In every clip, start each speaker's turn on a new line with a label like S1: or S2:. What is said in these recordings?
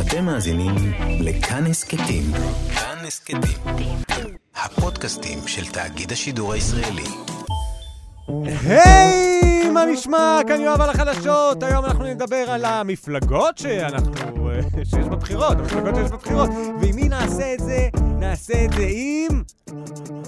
S1: אתם מאזינים לכאן הסכתים. כאן הסכתים. הפודקאסטים של תאגיד השידור הישראלי.
S2: היי, מה נשמע? כאן יואב על החדשות. היום אנחנו נדבר על המפלגות שאנחנו... אה, שיש בבחירות, המפלגות שיש בבחירות. ועם מי נעשה את זה? נעשה את זה עם...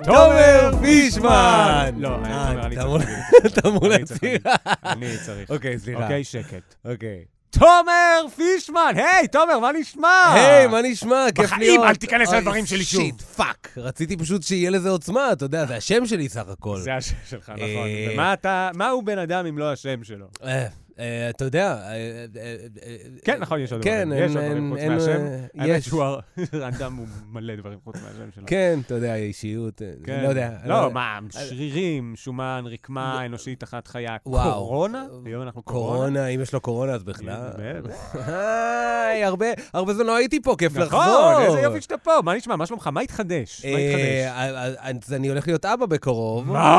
S3: תומר פישמן!
S2: לא, אני-
S3: אה,
S2: אני
S3: אתה
S2: צריך
S3: אמור-
S2: להגיד.
S3: אתה אמור
S2: אני צריך
S3: להצהיר.
S2: להגיד. אני צריך.
S3: אוקיי, סליחה.
S2: אוקיי, שקט.
S3: אוקיי.
S2: תומר פישמן! היי, תומר, מה נשמע?
S3: היי, מה נשמע? כיף להיות.
S2: בחיים אל תיכנס
S3: אוי,
S2: לדברים שלי שוב.
S3: שיט, פאק. רציתי פשוט שיהיה לזה עוצמה, אתה יודע, זה השם שלי סך הכל.
S2: זה השם שלך, נכון.
S3: אה.
S2: ומה אתה... מהו בן אדם אם לא השם שלו?
S3: אה, אה, אתה יודע... אה, אה, אה, אה,
S2: כן, נכון, יש עוד
S3: כן,
S2: דברים. יש עוד
S3: אין-
S2: דברים חוץ
S3: אין-
S2: מהשם.
S3: אה,
S2: האמת
S3: יש.
S2: שהוא אדם הוא מלא דברים חוץ מהשם שלו.
S3: כן, אתה יודע, אישיות, אה,
S2: כן.
S3: לא יודע. לא-
S2: לא, מה, שרירים, שומן, רקמה אנושית אחת חיה.
S3: וואו.
S2: קורונה? היום אנחנו קורונה.
S3: קורונה, אם יש לו קורונה, אז בכלל.
S2: באמת.
S3: היי, הרבה- הרבה זמן לא הייתי פה, כיף לחזור.
S2: נכון, איזה יופי שאתה פה. מה נשמע? מה שלומך? מה התחדש? מה
S3: אה,
S2: התחדש?
S3: אה, אז אני הולך להיות אבא בקרוב.
S2: מה?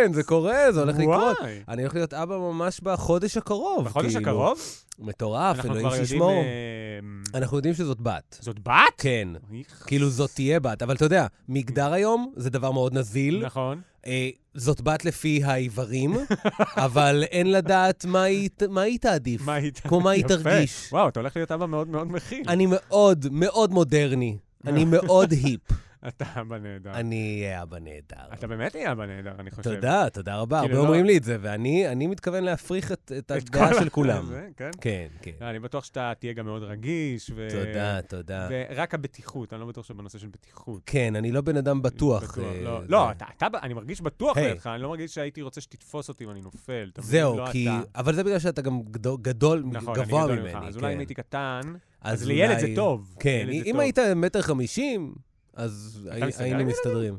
S3: כן, זה קורה, זה הולך לקרות.
S2: וואי.
S3: אני הולך להיות אבא ממש בחודש הקרוב.
S2: בחודש
S3: כאילו.
S2: הקרוב?
S3: מטורף,
S2: אנחנו
S3: אלוהים
S2: כבר יודעים...
S3: שישמור.
S2: אה,
S3: אנחנו יודעים שזאת בת.
S2: זאת בת?
S3: כן.
S2: איך?
S3: כאילו זאת תהיה בת, אבל אתה יודע, מגדר היום זה דבר מאוד נזיל.
S2: נכון.
S3: אה, זאת בת לפי האיברים, אבל אין לדעת מה היא ת- מה היא תעדיף.
S2: מה היא תרגיש?
S3: כמו מה היא תרגיש.
S2: וואו, אתה הולך להיות אבא מאוד מאוד מכיל.
S3: אני מאוד מאוד מודרני, אני
S2: נכון.
S3: מאוד היפ.
S2: אתה אבא נהדר.
S3: אני אהיה אבא נהדר.
S2: אתה באמת תהיה אבא נהדר, אני חושב.
S3: תודה, תודה רבה.
S2: כאילו,
S3: הרבה
S2: לא-
S3: אומרים לי את זה, ואני אני מתכוון להפריך את את
S2: את כל
S3: הדעה של
S2: הזה,
S3: כולם.
S2: כן.
S3: כן, כן.
S2: לא, אני בטוח שאתה תהיה גם מאוד רגיש. ו-
S3: תודה, תודה.
S2: ורק הבטיחות, אני לא בטוח שבנושא של בטיחות.
S3: כן, אני לא בן אדם בטוח. אה,
S2: לא,
S3: זה-
S2: לא, אתה, אתה, אני מרגיש בטוח
S3: היי.
S2: לידך, אני לא מרגיש שהייתי רוצה שתתפוס אותי אם אני נופל. אתה מבין?
S3: זהו,
S2: לא
S3: כי...
S2: אתה.
S3: אבל זה בגלל שאתה גם גדול- גדול,
S2: נכון, אני
S3: גבוה
S2: גדול
S3: ממני.
S2: ממך. אז
S3: כן.
S2: אולי אם הייתי קטן,
S3: אז
S2: אז לילד זה
S3: אולי-
S2: טוב.
S3: כן,
S2: לילד זה
S3: אם
S2: טוב.
S3: היית מטר חמישים, אז הי-
S2: מסתכל על
S3: היינו
S2: ילדים?
S3: מסתדרים.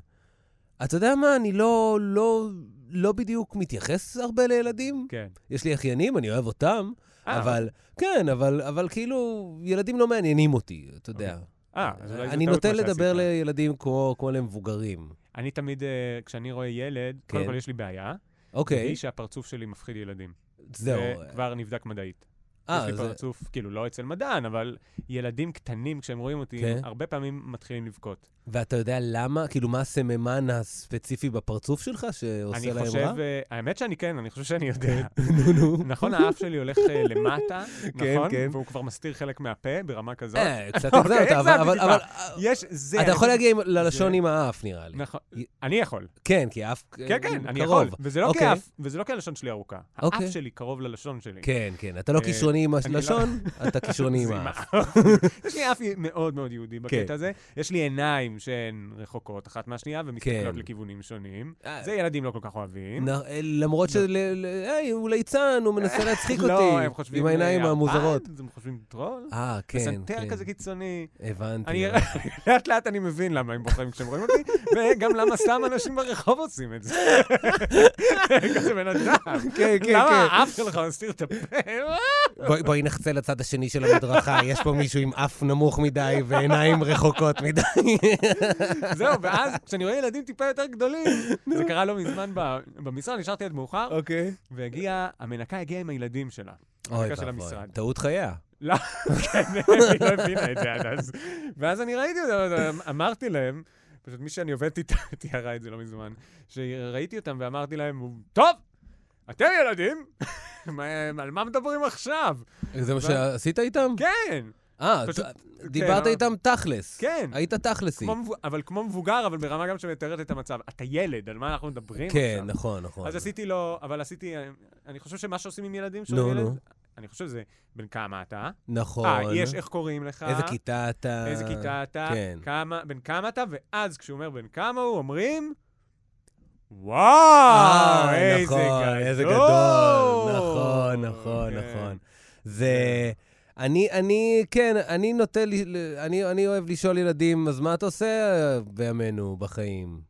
S3: אתה יודע מה, אני לא, לא, לא בדיוק מתייחס הרבה לילדים.
S2: כן.
S3: יש לי אחיינים, אני אוהב אותם,
S2: אה,
S3: אבל... כן, אבל, אבל כאילו, ילדים לא מעניינים אותי, אתה יודע.
S2: אה, אז אולי זו
S3: אני
S2: טעות
S3: נוטה
S2: מה שעשית.
S3: לדבר לילדים כמו, כמו למבוגרים.
S2: אני תמיד, אה, כשאני רואה ילד, קודם
S3: כן.
S2: כל יש לי בעיה,
S3: אוקיי,
S2: היא שהפרצוף שלי מפחיד ילדים.
S3: זהו.
S2: זה כבר נבדק מדעית.
S3: אה,
S2: יש לי
S3: זה-
S2: פרצוף, כאילו, לא אצל מדען, אבל ילדים קטנים, כשהם רואים אותי,
S3: כן.
S2: הם הרבה פעמים מתחילים לבכות.
S3: ואתה יודע למה? כאילו, מה הסממן הספציפי בפרצוף שלך שעושה
S2: אני
S3: להם
S2: חושב,
S3: רע?
S2: אה, האמת שאני כן, אני חושב שאני יודע.
S3: נו, נו.
S2: נכון, האף שלי הולך אה, למטה,
S3: כן,
S2: נכון?
S3: כן.
S2: והוא כבר מסתיר חלק מהפה ברמה כזאת.
S3: אה, קצת
S2: אוקיי,
S3: הגזמת, אבל...
S2: הגזמתי
S3: אבל-
S2: טיפה.
S3: אבל-
S2: יש, זה...
S3: אתה
S2: אני-
S3: יכול להגיע עם- ללשון עם האף, נראה לי.
S2: נכון,
S3: י-
S2: אני יכול.
S3: כן, כי האף
S2: כן, כן, אני יכול.
S3: קרוב.
S2: וזה לא
S3: אוקיי.
S2: כאף, וזה לא כי הלשון שלי ארוכה. האף
S3: אוקיי.
S2: שלי קרוב ללשון שלי.
S3: כן, כן. אתה לא
S2: אה,
S3: כישרוני עם
S2: אני לא-
S3: הלשון, אתה כישרוני עם
S2: זה עם
S3: האף.
S2: האף. יש לי אף מאוד מאוד יהודי בקטע
S3: כן.
S2: הזה. יש לי עיניים שהן רחוקות אחת מהשנייה ומסתכלות
S3: כן.
S2: לכיוונים שונים.
S3: אה.
S2: זה ילדים לא כל כך אוהבים.
S3: נ- אה, למרות של... ל- ל- היי, הוא ליצן, הוא מנסה להצחיק אותי.
S2: לא, הם חושבים...
S3: עם העיניים
S2: אה,
S3: המוזרות.
S2: "אה, הם חושבים טרול?
S3: אה, כן,
S2: פסנתר
S3: כן.
S2: כזה קיצוני.
S3: הבנתי.
S2: אני לאט לאט אני מבין למה הם בוחרים כשהם רואים אותי, וגם למה סתם אנשים ברחוב עושים את זה. כזה בן אדם.
S3: כן, כן,
S2: למה
S3: כן.
S2: האף שלך מסתיר את הפה?
S3: בואי- בואי נחצה לצד השני של המדרכה, יש פה מישהו עם אף נמוך מדי ועיניים רחוקות מדי.
S2: זהו, ואז כשאני רואה ילדים טיפה יותר גדולים, זה קרה לא מזמן ב- במשרד, נשארתי עד מאוחר,
S3: אוקיי.
S2: והגיעה, המנקה הגיעה עם הילדים שלה.
S3: אוי
S2: המנקה של
S3: ואבוי,
S2: המשרד.
S3: טעות חיה.
S2: לא, כן, היא לא הבינה את זה עד אז. ואז אני ראיתי אותם, אמרתי להם, פשוט מי שאני עובדת איתה תיארה את זה לא מזמן, שראיתי אותם ואמרתי להם, טוב, אתם ילדים, מה- על מה מדברים עכשיו?
S3: אה, זה מה
S2: ו-
S3: שעשית איתם?
S2: כן,
S3: אה,
S2: פשוט-
S3: ת- דיברת
S2: כן,
S3: איתם תכלס.
S2: כן.
S3: היית תכלסי.
S2: כמו מבו- אבל כמו מבוגר, אבל ברמה גם שמתארת את המצב. אתה ילד, על מה אנחנו מדברים עכשיו?
S3: כן, נכון, נכון.
S2: אז עשיתי לו, אבל עשיתי, אני חושב שמה שעושים עם ילדים של
S3: נו,
S2: ילד,
S3: נו.
S2: אני חושב שזה בן כמה אתה,
S3: נכון.
S2: אה, יש איך אה, קוראים לך,
S3: איזה כיתה אתה...
S2: איזה כיתה אתה,
S3: כן.
S2: כמה, בן כמה אתה, ואז כשהוא אומר בן כמה הוא, אומרים,
S3: אה,
S2: וואו, אה, איזה
S3: נכון,
S2: גדול.
S3: איזה גדול. נכון, נכון,
S2: כן.
S3: נכון. זה... אני, אני, כן, אני נוטה, ל- ל- אני, אני אוהב לשאול ילדים, אז מה אתה עושה בימינו בחיים?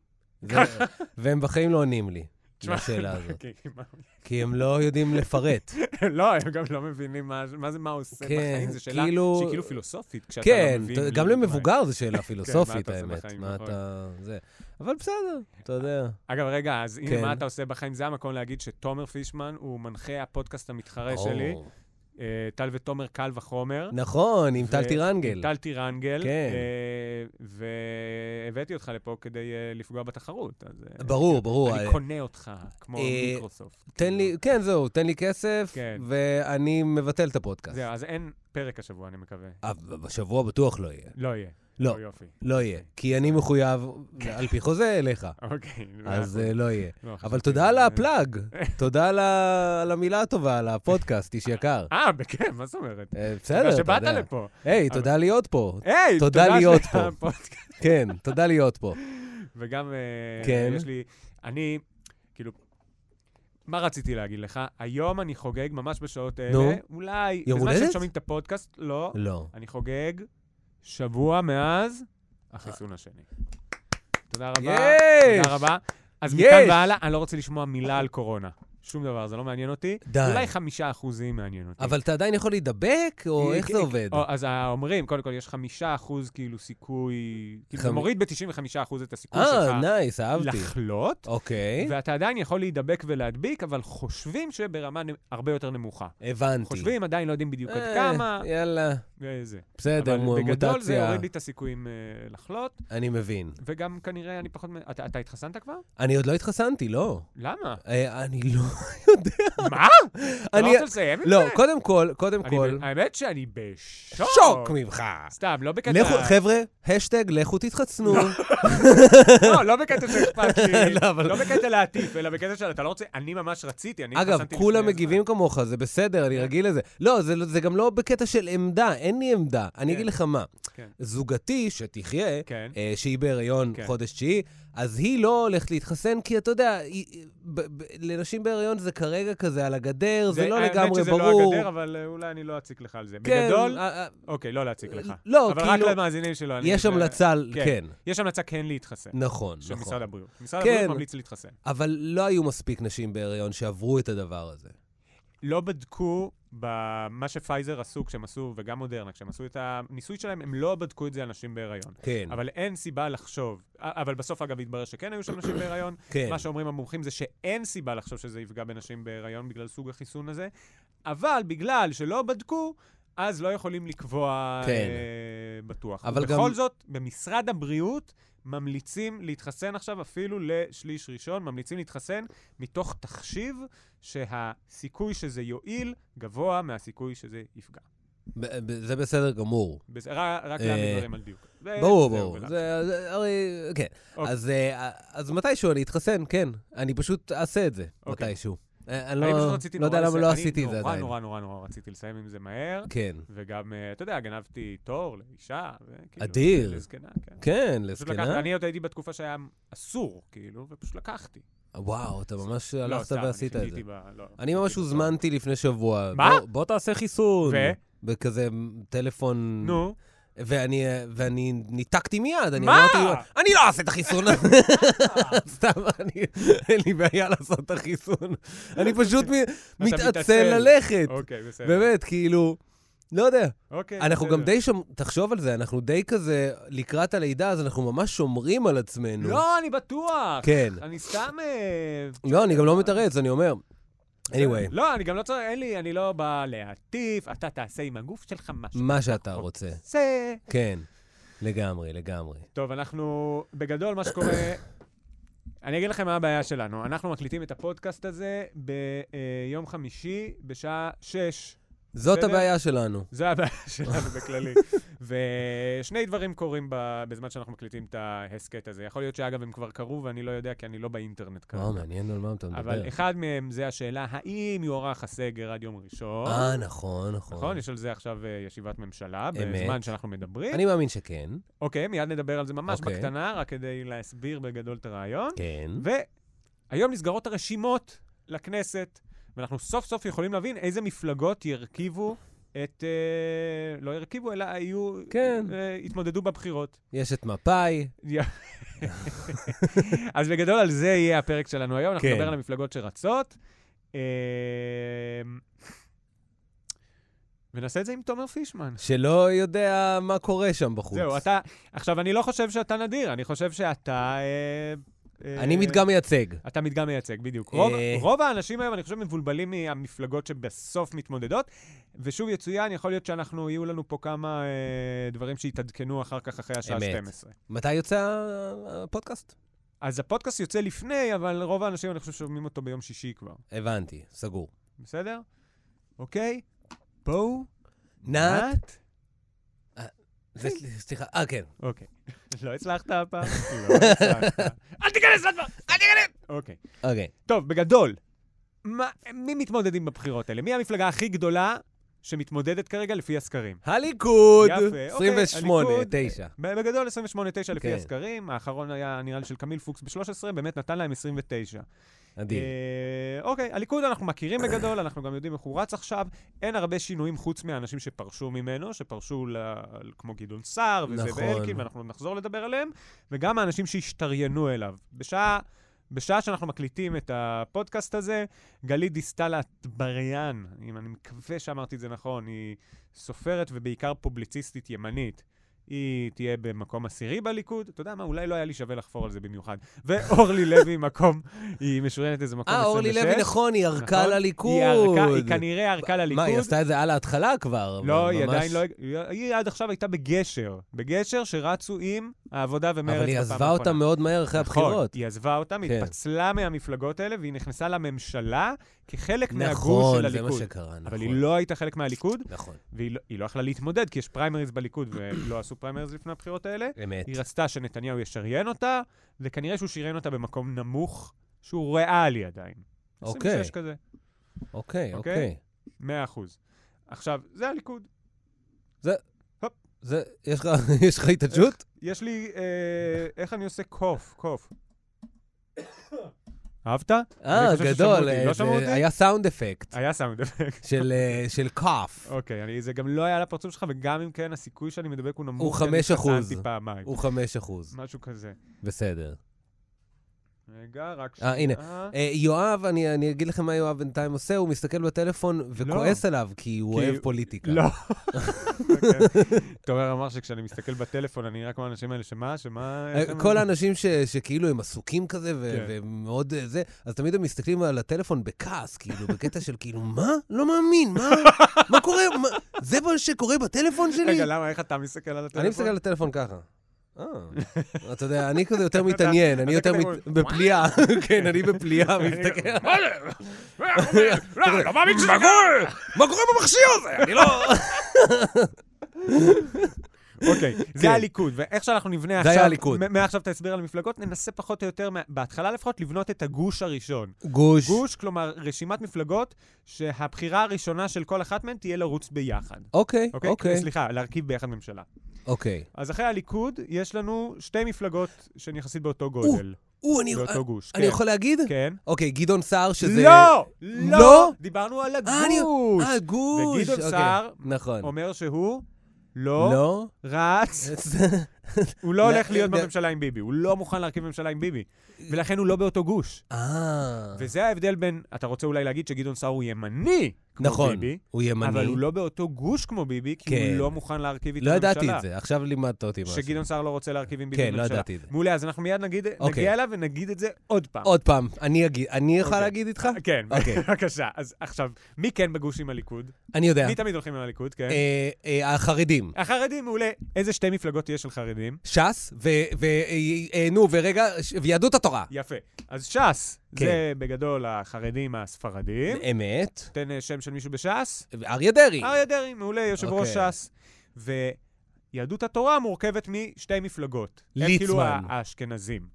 S3: זה- והם בחיים לא עונים לי,
S2: תשמע, לא,
S3: לשאלה הזאת.
S2: כי- מה-
S3: כי הם לא יודעים לפרט.
S2: לא, הם גם לא מבינים מה מה זה מה עושה
S3: כן,
S2: בחיים, זו שאלה
S3: כאילו-
S2: שהיא כאילו פילוסופית, כשאתה לא
S3: כן,
S2: מבין.
S3: אתה- גם
S2: בדיוק מה-
S3: למבוגר זו שאלה פילוסופית,
S2: אתה עושה
S3: האמת.
S2: בחיים,
S3: מה
S2: נכון.
S3: אתה... זה. אבל בסדר, אתה יודע.
S2: אגב, רגע, אז הנה
S3: כן.
S2: מה אתה עושה בחיים, זה המקום להגיד שתומר פישמן הוא מנחה הפודקאסט המתחרה שלי.
S3: ברור.
S2: אה, טל ותומר קל וחומר.
S3: נכון, עם טל
S2: ו-
S3: טירנגל.
S2: עם טל טירנגל.
S3: כן.
S2: אה, והבאתי אותך לפה כדי אה, לפגוע בתחרות. אז, אה,
S3: ברור, ברור.
S2: אני
S3: אה,
S2: קונה אותך, כמו
S3: אה,
S2: מיקרוסופט.
S3: תן
S2: כאילו.
S3: לי, כן, זהו, תן לי כסף,
S2: כן.
S3: ואני מבטל את הפודקאסט.
S2: זהו, אז אין פרק השבוע, אני מקווה.
S3: אה, בשבוע בטוח לא יהיה.
S2: לא יהיה.
S3: לא,
S2: או, יופי.
S3: לא יהיה. כי אני מחויב, על פי חוזה, אליך.
S2: אוקיי. מאה
S3: אז
S2: אחוז.
S3: אה, לא יהיה.
S2: לא,
S3: אבל
S2: חשבתי-
S3: תודה על הפלאג, תודה על ה- על המילה הטובה, על הפודקאסט, איש יקר.
S2: אה, בכיף, מה זאת אומרת?
S3: אה, בסדר, אתה
S2: שבאת
S3: יודע.
S2: לפה.
S3: היי, תודה להיות פה.
S2: היי,
S3: תודה להיות פה.
S2: שהיה פודקאסט.
S3: כן, תודה להיות פה.
S2: וגם אה,
S3: כן.
S2: יש לי, אני, כאילו, מה רציתי להגיד לך? היום אני חוגג ממש בשעות אלה.
S3: נו.
S2: אולי,
S3: יום
S2: בזמן
S3: הולדת?
S2: שאתם שומעים את הפודקאסט, לא.
S3: לא.
S2: אני חוגג שבוע מאז החיסון השני. תודה רבה.
S3: אה. יש!
S2: תודה רבה. אז
S3: יש!
S2: מכאן והלאה, אני לא רוצה לשמוע מילה על קורונה. שום דבר, זה לא מעניין אותי.
S3: די.
S2: אולי חמישה אחוזים מעניין אותי.
S3: אבל אתה עדיין יכול להידבק, או איך זה עובד?
S2: או, אז אה, אומרים, קודם כל, יש חמישה אחוז כאילו סיכוי... כאילו, זה
S3: חמ-
S2: מוריד ב-95 אחוז את הסיכוי
S3: אה,
S2: שלך
S3: נייס, אהבתי.
S2: לחלות,
S3: אוקיי,
S2: ואתה עדיין יכול להידבק ולהדביק, אבל חושבים שברמה נ- הרבה יותר נמוכה.
S3: הבנתי.
S2: חושבים, עדיין לא יודעים בדיוק עד
S3: אה,
S2: כמה,
S3: יאללה,
S2: וזה.
S3: בסדר,
S2: אבל
S3: מו-
S2: בגדול זה
S3: מוטציה,
S2: הוריד לי את הסיכויים אה, לחלות,
S3: אני מבין.
S2: וגם כנראה אני פחות... מ- אתה אתה התחסנת כבר?
S3: אני עוד לא התחסנתי, לא.
S2: למה?
S3: אה, אני לא...
S2: מה? אתה לא
S3: אני-
S2: רוצה לסיים עם זה?
S3: לא, קודם כל, קודם
S2: אני
S3: כל,
S2: ב- האמת שאני בשוק.
S3: שוק ממך.
S2: סתם, לא בקטע...
S3: לכו, חבר'ה, השטג, לכו תתחסנו.
S2: לא, לא בקטע שאכפת לי,
S3: לא, אבל-
S2: לא בקטע להטיף, אלא בקטע של אתה לא רוצה, אני ממש רציתי, אני
S3: אגב,
S2: התחסנתי
S3: כולם
S2: לפני כן.
S3: מגיבים כמוך, זה בסדר, אני רגיל לזה. לא, זה לא- זה גם לא בקטע של עמדה, אין לי עמדה. אני
S2: כן.
S3: אגיד לך מה,
S2: כן.
S3: זוגתי, שתחיה,
S2: כן.
S3: אה, שהיא בהיריון
S2: כן.
S3: חודש תשיעי, אז היא לא הולכת להתחסן, כי אתה יודע, היא- ב- ב- לנשים בהיריון זה כרגע כזה על הגדר,
S2: הזמן.
S3: זה לא
S2: האמת
S3: לגמרי
S2: שזה לא
S3: ברור.
S2: הגדר, אבל אה, אולי אני לא אציק לך על זה.
S3: כן,
S2: בגדול,
S3: אה, אה,
S2: אוקיי, לא להציק לך.
S3: לא,
S2: אבל רק
S3: כאילו,
S2: למאזינים שלו. אני-
S3: יש
S2: זה-
S3: המלצה, על-
S2: כן.
S3: כן,
S2: יש המלצה כן להתחסן,
S3: נכון,
S2: של
S3: נכון.
S2: משרד הבריאות. משרד
S3: כן.
S2: הבריאות ממליץ להתחסן.
S3: אבל לא היו מספיק נשים בהיריון שעברו את הדבר הזה.
S2: לא בדקו במה שפייזר עשו כשהם עשו, וגם מודרנה, כשהם עשו את הניסוי שלהם, הם לא בדקו את זה על נשים בהיריון.
S3: כן,
S2: אבל אין סיבה לחשוב, א- אבל בסוף אגב התברר שכן היו שם נשים בהיריון,
S3: כן.
S2: מה שאומרים המומחים זה שאין סיבה לחשוב שזה יפגע בנשים בהיריון בגלל סוג החיסון הזה, אבל בגלל שלא בדקו, אז לא יכולים לקבוע
S3: כן.
S2: אה, בטוח.
S3: אבל
S2: אבל ובכל
S3: גם-
S2: זאת, במשרד הבריאות ממליצים להתחסן עכשיו אפילו לשליש ראשון, ממליצים להתחסן מתוך תחשיב שהסיכוי שזה יועיל גבוה מהסיכוי שזה יפגע.
S3: ב- ב- זה בסדר גמור.
S2: בזה- רק רק
S3: אה,
S2: להעמיד דברים על דיוק. אה, ו-
S3: ברור,
S2: זהו,
S3: ברור.
S2: ולך.
S3: זה, זה- הרי, כן.
S2: אוקיי.
S3: אז, אה, אז מתישהו אני אתחסן, כן. אני פשוט אעשה את זה,
S2: אוקיי.
S3: מתישהו. אה, אני
S2: אני
S3: לא-
S2: פשוט רציתי
S3: לא
S2: נורא
S3: יודע למה
S2: לסיים-
S3: לא
S2: אני
S3: עשיתי את זה
S2: נורא
S3: עדיין.
S2: נורא נורא נורא רציתי לסיים עם זה מהר,
S3: כן.
S2: וגם, אה, אתה יודע, גנבתי תור לאישה, וכאילו...
S3: אדיר.
S2: לזקנה, כן.
S3: כן,
S2: פשוט לקחתי,
S3: לזקנה?
S2: אני עוד הייתי בתקופה שהיה אסור, כאילו, ופשוט לקחתי.
S3: וואו, אתה ממש
S2: לא,
S3: הלכת
S2: סתם, אני
S3: ועשית את זה.
S2: חיכיתי ב- לא,
S3: אני
S2: חיכיתי
S3: ממש
S2: בתור.
S3: הוזמנתי לפני שבוע.
S2: מה?
S3: בוא- בוא תעשה חיסון.
S2: ו?
S3: בכזה טלפון.
S2: נו,
S3: ואני, אה, ואני ניתקתי מיד, אני
S2: מה?
S3: אמרתי, אני לא אעשה את החיסון. סתם, אני, אין לי בעיה לעשות את החיסון. אני פשוט מ- מתעצל
S2: מתעצל.
S3: ללכת.
S2: אוקיי, בסדר.
S3: באמת, כאילו, לא יודע.
S2: אוקיי,
S3: אנחנו גם
S2: בסדר.
S3: די שם, תחשוב על זה, אנחנו די כזה, לקראת הלידה, אז אנחנו ממש שומרים על עצמנו.
S2: לא, אני בטוח.
S3: כן.
S2: אני סתם... אה,
S3: לא, אני גם לא מתרץ, אני אומר. anyway,
S2: לא, אני גם לא צריך, אין לי, אני לא בא להטיף, אתה תעשה עם הגוף שלך מה שאתה
S3: מה שאתה רוצה.
S2: אוקיי. רוצה.
S3: כן, לגמרי, לגמרי.
S2: טוב, אנחנו, בגדול, מה שקורה... אני אגיד לכם מה הבעיה שלנו. אנחנו מקליטים את הפודקאסט הזה ביום חמישי בשעה שש.
S3: זאת
S2: בסדר?
S3: הבעיה שלנו.
S2: זו הבעיה שלנו בכללי. ושני דברים קורים ב- בזמן שאנחנו מקליטים את ההסכת הזה. יכול להיות שאגב, הם כבר קרו ואני לא יודע, כי אני לא באינטרנט
S3: וואו,
S2: כרגע.
S3: מעניין על מה אתה מדבר.
S2: אבל אחד מהם זה השאלה, האם יוארך הסגר עד יום ראשון?
S3: אה, נכון, נכון.
S2: נכון, יש על זה עכשיו אה, ישיבת ממשלה,
S3: אמת.
S2: בזמן שאנחנו מדברים.
S3: אני מאמין שכן.
S2: אוקיי, מיד נדבר על זה ממש
S3: אוקיי.
S2: בקטנה, רק כדי להסביר בגדול את הרעיון.
S3: כן.
S2: והיום נסגרות הרשימות לכנסת, ואנחנו סוף סוף יכולים להבין איזה מפלגות ירכיבו את... אה, לא ירכיבו, אלא היו...
S3: כן.
S2: אה, התמודדו בבחירות.
S3: יש את מפאי,
S2: יא- אז בגדול על זה יהיה הפרק שלנו היום, אנחנו
S3: כן.
S2: נדבר על המפלגות שרצות. אה, ונעשה את זה עם תומר פישמן.
S3: שלא יודע מה קורה שם בחוץ.
S2: זהו, אתה... עכשיו, אני לא חושב שאתה נדיר, אני חושב שאתה אה, אה,
S3: אני מדגם מייצג.
S2: אתה מדגם מייצג, בדיוק. רוב,
S3: אה.
S2: רוב האנשים היום, אני חושב, מבולבלים מהמפלגות שבסוף מתמודדות. ושוב יצוין, יכול להיות שאנחנו, יהיו לנו פה כמה אה, דברים שיתעדכנו אחר כך, אחרי השעה
S3: אמת.
S2: 12.
S3: מתי יוצא הפודקאסט?
S2: אז הפודקאסט יוצא לפני, אבל רוב האנשים, אני חושב, שומעים אותו ביום שישי כבר.
S3: הבנתי, סגור.
S2: בסדר? אוקיי? בואו.
S3: נת?
S2: נת.
S3: זה- סליחה, אה, כן.
S2: אוקיי. לא הצלחת הפעם? לא הצלחת. אל תיכנס לדבר! אל תיכנס! אוקיי.
S3: אוקיי.
S2: טוב, בגדול, מה- מי מתמודדים בבחירות האלה? מי המפלגה הכי גדולה שמתמודדת כרגע לפי הסקרים?
S3: הליכוד!
S2: יפה, אוקיי,
S3: 28,
S2: הליכוד.
S3: 9.
S2: בגדול 28-9 לפי
S3: כן.
S2: הסקרים, האחרון היה נראה לי של קמיל פוקס ב-13, באמת נתן להם 29.
S3: אדיר.
S2: אה, אוקיי, הליכוד אנחנו מכירים בגדול, אנחנו גם יודעים איך הוא רץ עכשיו. אין הרבה שינויים חוץ מהאנשים שפרשו ממנו, שפרשו ל... כמו גדעון סער וזה
S3: נכון.
S2: ואלקין, ואנחנו עוד נחזור לדבר עליהם, וגם האנשים שהשתריינו אליו. בשעה... בשעה שאנחנו מקליטים את הפודקאסט הזה, גלית דיסטל אטבריאן, אם אני מקווה שאמרתי את זה נכון, היא סופרת ובעיקר פובליציסטית ימנית. היא תהיה במקום עשירי בליכוד, אתה יודע מה, אולי לא היה לי שווה לחפור על זה במיוחד. ואורלי לוי מקום, היא משוריינת איזה מקום
S3: אה,
S2: 26.
S3: אורלי לוי, נכון, היא ערכה
S2: נכון?
S3: לליכוד.
S2: היא ערקה- היא כנראה ערכה לליכוד.
S3: מה, היא עשתה את זה על ההתחלה כבר?
S2: לא,
S3: אבל
S2: היא
S3: ממש-
S2: עדיין לא... היא- היא עד עכשיו הייתה בגשר. בגשר שרצו עם העבודה ומרצ בפעם
S3: אבל היא
S2: האחרונה.
S3: עזבה אותה מאוד מהר אחרי
S2: נכון,
S3: הבחירות.
S2: היא עזבה אותם, היא
S3: כן.
S2: התפצלה מהמפלגות האלה, והיא נכנסה לממשלה כחלק מהגוש
S3: נכון,
S2: של
S3: זה מה
S2: הליכוד.
S3: שקרה, נכון.
S2: אבל היא לא הייתה חלק מהליכוד,
S3: נכון,
S2: והיא לא- היא לא יכלה להתמודד, כי יש פריימריז בליכוד, ולא עשו פריימריז לפני הבחירות האלה.
S3: אמת.
S2: היא רצתה שנתניהו ישריין אותה, וכנראה שהוא שריין אותה במקום נמוך, שהוא ריאלי עדיין.
S3: אוקיי.
S2: 26 כזה,
S3: אוקיי,
S2: אוקיי?
S3: אוקיי.
S2: 100 אחוז. עכשיו, זה הליכוד.
S3: זה, יש לך- יש לך התעדשות?
S2: יש לי, אה, איך אני עושה קוף, קוף. אהבת?
S3: אה,
S2: אני חושב ששמעו
S3: גדול.
S2: אותי. לא
S3: אה,
S2: שמעו
S3: זה-
S2: אותי?
S3: היה סאונד אפקט
S2: היה סאונד אפקט.
S3: של, אה, של כף.
S2: אוקיי, אני- זה גם לא היה לפרצוף שלך, וגם אם כן, הסיכוי שאני מדבק הוא נמוך.
S3: הוא
S2: כי אני
S3: 5%.
S2: חסמתי פעמיים.
S3: הוא 5%.
S2: משהו כזה.
S3: בסדר.
S2: רגע, רק
S3: אה, הנה. אה, יואב, אני אני אגיד לכם מה יואב בינתיים עושה, הוא מסתכל בטלפון וכועס עליו כי הוא
S2: לא. כי-
S3: אוהב פוליטיקה.
S2: לא. אוקיי. תומר אמר שכשאני מסתכל בטלפון, אני נראה כמו האנשים האלה, שמה? שמה?
S3: אה,
S2: איך הם-
S3: כל האנשים ש- שכאילו הם עסוקים כזה ו-
S2: כן.
S3: ומאוד אה, זה, אז תמיד הם מסתכלים על הטלפון בכעס, כאילו, בקטע של כאילו, מה? לא מאמין, מה? מה קורה? מה- זה מה שקורה בטלפון שלי?
S2: רגע, למה? איך אתה מסתכל על הטלפון?
S3: אני מסתכל על הטלפון ככה. אה, אתה יודע, אני כזה יותר
S2: אתה-
S3: מתעניין, אני
S2: אתה
S3: יותר
S2: כזה
S3: מת- בפליאה, כן, אני בפליאה, מסתכל.
S2: מה זה? לא, לא מאמין שזה קורה!
S3: מה קורה במכשיר הזה? אני לא...
S2: אוקיי,
S3: כן.
S2: זה הליכוד, ואיך שאנחנו נבנה
S3: זה
S2: עכשיו...
S3: היה הליכוד.
S2: מ- מעכשיו את ההסבר על המפלגות, ננסה פחות או יותר, מה- בהתחלה לפחות, לבנות את הגוש הראשון.
S3: גוש.
S2: גוש, כלומר, רשימת מפלגות שהבחירה הראשונה של כל אחת מהן תהיה לרוץ ביחד.
S3: אוקיי,
S2: אוקיי?
S3: אוקיי,
S2: סליחה, להרכיב ביחד ממשלה.
S3: אוקיי.
S2: אז אחרי הליכוד, יש לנו שתי מפלגות שהן יחסית באותו
S3: או,
S2: גודל,
S3: או, אני- אה,
S2: באותו גוש.
S3: אני
S2: כן,
S3: יכול להגיד?
S2: כן.
S3: אוקיי, גדעון סער שזה...
S2: לא!
S3: לא?
S2: לא! דיברנו על
S3: אה, אני-
S2: הגוש!
S3: אה, גוש.
S2: וגדעון
S3: אוקיי,
S2: סער
S3: נכון.
S2: אומר שהוא לא
S3: לא?
S2: רץ, הוא לא
S3: לא,
S2: הולך להיות
S3: לא.
S2: בממשלה עם ביבי, הוא לא מוכן להרכיב ממשלה עם ביבי, ולכן הוא לא באותו גוש.
S3: אה,
S2: וזה ההבדל בין, אתה רוצה אולי להגיד שגדעון סער הוא ימני כמו
S3: נכון.
S2: ביבי,
S3: הוא ימני.
S2: אבל הוא לא באותו גוש כמו ביבי, כי
S3: כן.
S2: הוא לא מוכן להרכיב איתו
S3: לא
S2: ממשלה.
S3: ידעתי את זה, עכשיו לימדת אותי משהו.
S2: שגדעון סער לא רוצה להרכיב עם ביבי
S3: כאילו, כן,
S2: ממשלה.
S3: לא ידעתי את זה.
S2: מעולה, אז אנחנו מיד נגיד,
S3: אוקיי.
S2: נגיע אליו ונגיד את זה עוד פעם.
S3: עוד פעם, אני אגיד, אני יכול
S2: אוקיי.
S3: להגיד איתך?
S2: כן,
S3: אוקיי.
S2: בבקשה. אז עכשיו, מי כן בגוש עם הליכוד?
S3: אני יודע.
S2: מי תמיד הולכים עם הליכוד, כן?
S3: אה, אה, החרדים.
S2: החרדים, מעולה. איזה שתי מפלגות יש של חרדים?
S3: ש"ס, ו... ו- אה, נו, ורגע, ש- ויהדות התורה.
S2: יפה. אז ש"ס,
S3: כן.
S2: זה בגדול החרדים הספרדים.
S3: אמת.
S2: תן אה, שם של מישהו בש"ס.
S3: אריה דרעי.
S2: אריה דרעי, מעולה, יושב ראש
S3: אה. אוקיי.
S2: ש"ס. ויהדות התורה מורכבת משתי מפלגות. הם
S3: ליצמן.
S2: כאילו ה- האשכנזים.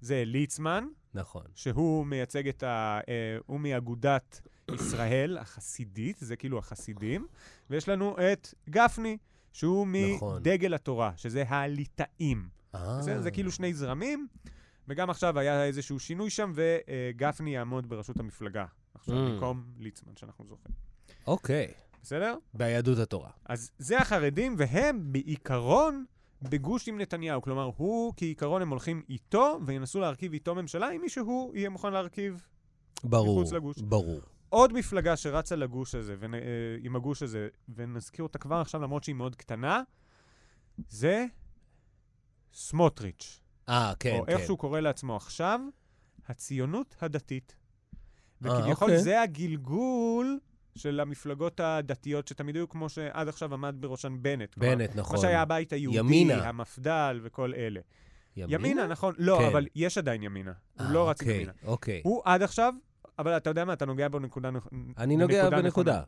S2: זה ליצמן,
S3: נכון.
S2: שהוא מייצג את ה... אה, הוא מאגודת ישראל החסידית, זה כאילו החסידים. ויש לנו את גפני, שהוא
S3: נכון.
S2: מדגל התורה, שזה הליטאים.
S3: אה.
S2: זה, זה כאילו שני זרמים, וגם עכשיו היה איזשהו שינוי שם, וגפני יעמוד בראשות המפלגה. עכשיו,
S3: Mm.
S2: במקום ליצמן, שאנחנו זוכרים.
S3: אוקיי.
S2: בסדר?
S3: ביהדות התורה.
S2: אז זה החרדים, והם בעיקרון בגוש עם נתניהו. כלומר, הוא כעיקרון הם הולכים איתו, וינסו להרכיב איתו ממשלה, אם מישהו יהיה מוכן להרכיב
S3: ברור.
S2: מחוץ לגוש.
S3: ברור.
S2: עוד מפלגה שרצה לגוש הזה, ונ... אה, עם הגוש הזה, ונזכיר אותה כבר עכשיו, למרות שהיא מאוד קטנה, זה סמוטריץ'.
S3: אה, כן,
S2: או
S3: כן.
S2: איך שהוא קורא לעצמו עכשיו, הציונות הדתית. וכביכול
S3: אוקיי.
S2: זה הגלגול של המפלגות הדתיות, שתמיד היו כמו שעד עכשיו עמד בראשן בנט. כלומר,
S3: בנט, נכון.
S2: מה שהיה הבית היהודי,
S3: ימינה.
S2: המפד"ל וכל אלה. ימינה, נכון. לא,
S3: כן.
S2: אבל יש עדיין ימינה. הוא
S3: אה,
S2: לא רץ עם
S3: אוקיי,
S2: ימינה.
S3: אוקיי.
S2: הוא עד עכשיו, אבל אתה יודע מה, אתה נוגע בנקודה נכונה.
S3: אני נוגע בנקודה.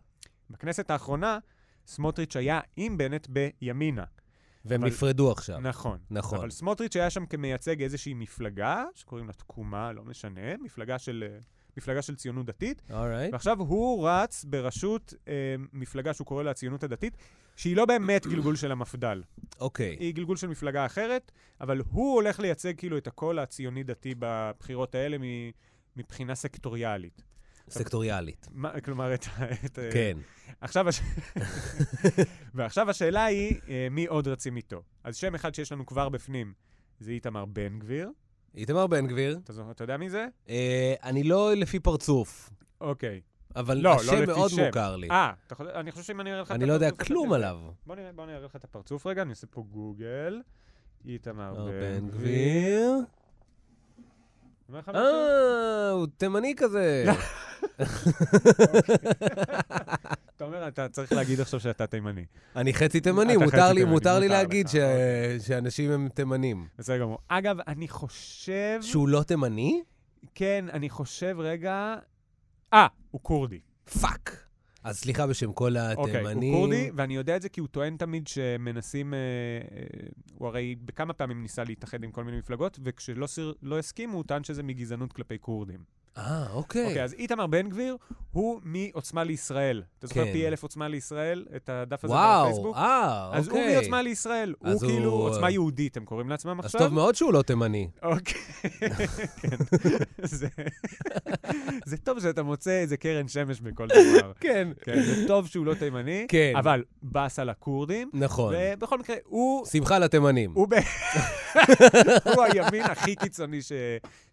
S2: בכנסת האחרונה, סמוטריץ' היה עם בנט בימינה.
S3: והם
S2: אבל-
S3: נפרדו עכשיו.
S2: נכון.
S3: נכון.
S2: אבל סמוטריץ' היה שם כמייצג איזושהי מפלגה, שקוראים לה תקומה, לא משנה, מפלגה של, אה, מפלגה של ציונות דתית,
S3: אורייט.
S2: ועכשיו הוא רץ בראשות אה, מפלגה שהוא קורא לה הציונות הדתית, שהיא לא באמת גלגול של המפד"ל,
S3: אוקיי.
S2: היא גלגול של מפלגה אחרת, אבל הוא הולך לייצג כאילו את הקול הציוני-דתי בבחירות האלה מ- מבחינה סקטוריאלית.
S3: סקטוריאלית.
S2: מה, כלומר, את, ה- את, אה,
S3: כן.
S2: עכשיו, הש... ועכשיו השאלה היא, אה, מי עוד רצים איתו? אז שם אחד שיש לנו כבר בפנים זה איתמר בן גביר.
S3: איתמר בן גביר,
S2: אתה, זוכר- אתה יודע מי זה?
S3: אה, אני לא לפי פרצוף,
S2: אוקיי.
S3: אבל
S2: לא, לא
S3: השם
S2: לפי
S3: מאוד
S2: שם.
S3: מוכר לי.
S2: אה, אתה חושב- אני חושב שאם אני אראה לך... את
S3: אני לא יודע
S2: הפרצוף, אתה
S3: כלום
S2: תדע.
S3: עליו.
S2: בוא נראה, בוא אני אראה לך את הפרצוף רגע, אני עושה פה גוגל. איתמר
S3: לא, בן
S2: אה, בן גביר.
S3: גביר.
S2: אומר לך משהו?
S3: אה, הוא תימני כזה.
S2: אתה אומר, אתה צריך להגיד עכשיו שאתה תימני.
S3: אני חצי תימני,
S2: אתה
S3: מותר
S2: חצי
S3: לי-
S2: תימני,
S3: מותר לי
S2: מותר
S3: להגיד
S2: לך, נכון.
S3: ש- שאנשים הם תימנים.
S2: בסדר גמור. אגב, אני חושב...
S3: שהוא לא תימני?
S2: כן, אני חושב רגע... אה, הוא כורדי.
S3: פאק. אז סליחה בשם כל התימנים.
S2: אוקיי, הוא כורדי, ואני יודע את זה כי הוא טוען תמיד שמנסים... אה, אה, הוא הרי בכמה פעמים ניסה להתאחד עם כל מיני מפלגות, וכשלא סיר- לא הסכימו, הוא טען שזה מגזענות כלפי כורדים.
S3: אה,
S2: אוקיי,
S3: אוקיי.
S2: אז איתמר בן גביר הוא מעוצמה לישראל. אתה זוכר
S3: כן.
S2: פי אלף עוצמה לישראל? את הדף הזה
S3: וואו,
S2: בפייסבוק?
S3: אה, אוקיי.
S2: אז הוא מעוצמה לישראל. הוא
S3: אז
S2: כאילו
S3: הוא-
S2: עוצמה יהודית, הם קוראים לעצמם
S3: אז
S2: עכשיו?
S3: טוב מאוד שהוא לא תימני.
S2: אוקיי, כן. זה- זה טוב שאתה מוצא איזה קרן שמש בכל דבר.
S3: כן.
S2: כן, זה טוב שהוא לא תימני,
S3: כן.
S2: אבל באס על הכורדים.
S3: נכון.
S2: ובכל מקרה, הוא...
S3: שמחה לתימנים.
S2: הוא, ב... הוא הימין הכי קיצוני ש...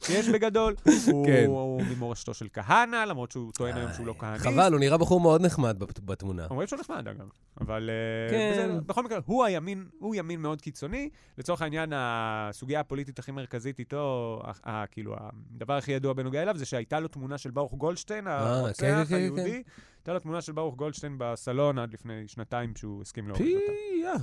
S2: שיש בגדול. הוא,
S3: כן.
S2: הוא ממורשתו של כהנא, למרות שהוא טוען היום שהוא לא כהניסט.
S3: חבל, הוא נראה בחור מאוד נחמד בת- בתמונה.
S2: אומרים שהוא נחמד, אגב. אבל אה,
S3: כן.
S2: בסדר, בכל מקרה, הוא הימין, הוא ימין מאוד קיצוני. לצורך העניין, הסוגיה הפוליטית הכי מרכזית איתו, ה- ה- כאילו, הדבר הכי ידוע בנוגע אליו, זה שהייתה לו תמונה של ברוך גולדשטיין,
S3: אה,
S2: הרוצח
S3: כן, כן,
S2: היהודי. הייתה לו תמונה של ברוך גולדשטיין בסלון עד לפני שנתיים שהוא הסכים להוריד אותה.
S3: פייה.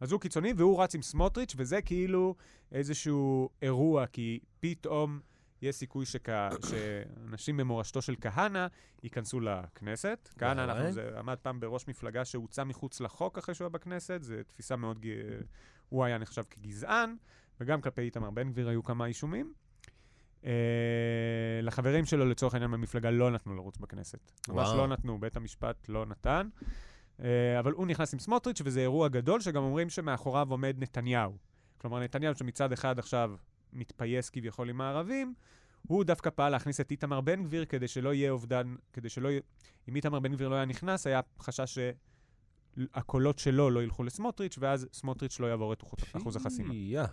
S2: אז הוא קיצוני והוא רץ עם סמוטריץ', וזה כאילו איזשהו אירוע, כי פתאום יש סיכוי שכ... שאנשים ממורשתו של כהנא ייכנסו לכנסת. כהנא,
S3: וואי.
S2: אנחנו, זה עמד פעם בראש מפלגה שהוצא מחוץ לחוק אחרי שהוא היה בכנסת, זו תפיסה מאוד... ג... הוא היה נחשב כגזען, וגם כלפי איתמר בן גביר היו כמה אישומים. אה, לחברים שלו, לצורך העניין, במפלגה לא נתנו לרוץ בכנסת. ממש
S3: וואו.
S2: לא נתנו, בית המשפט לא נתן. אה, אבל הוא נכנס עם סמוטריץ', וזה אירוע גדול, שגם אומרים שמאחוריו עומד נתניהו. כלומר, נתניהו שמצד אחד עכשיו מתפייס כביכול עם הערבים, הוא דווקא פעל להכניס את איתמר בן גביר כדי שלא יהיה אובדן, כדי שלא יהיה... אם איתמר בן גביר לא היה נכנס, היה חשש שהקולות שלו לא ילכו לסמוטריץ', ואז סמוטריץ' לא יעבור את אחוז- אחוז החסימה,
S3: פייה.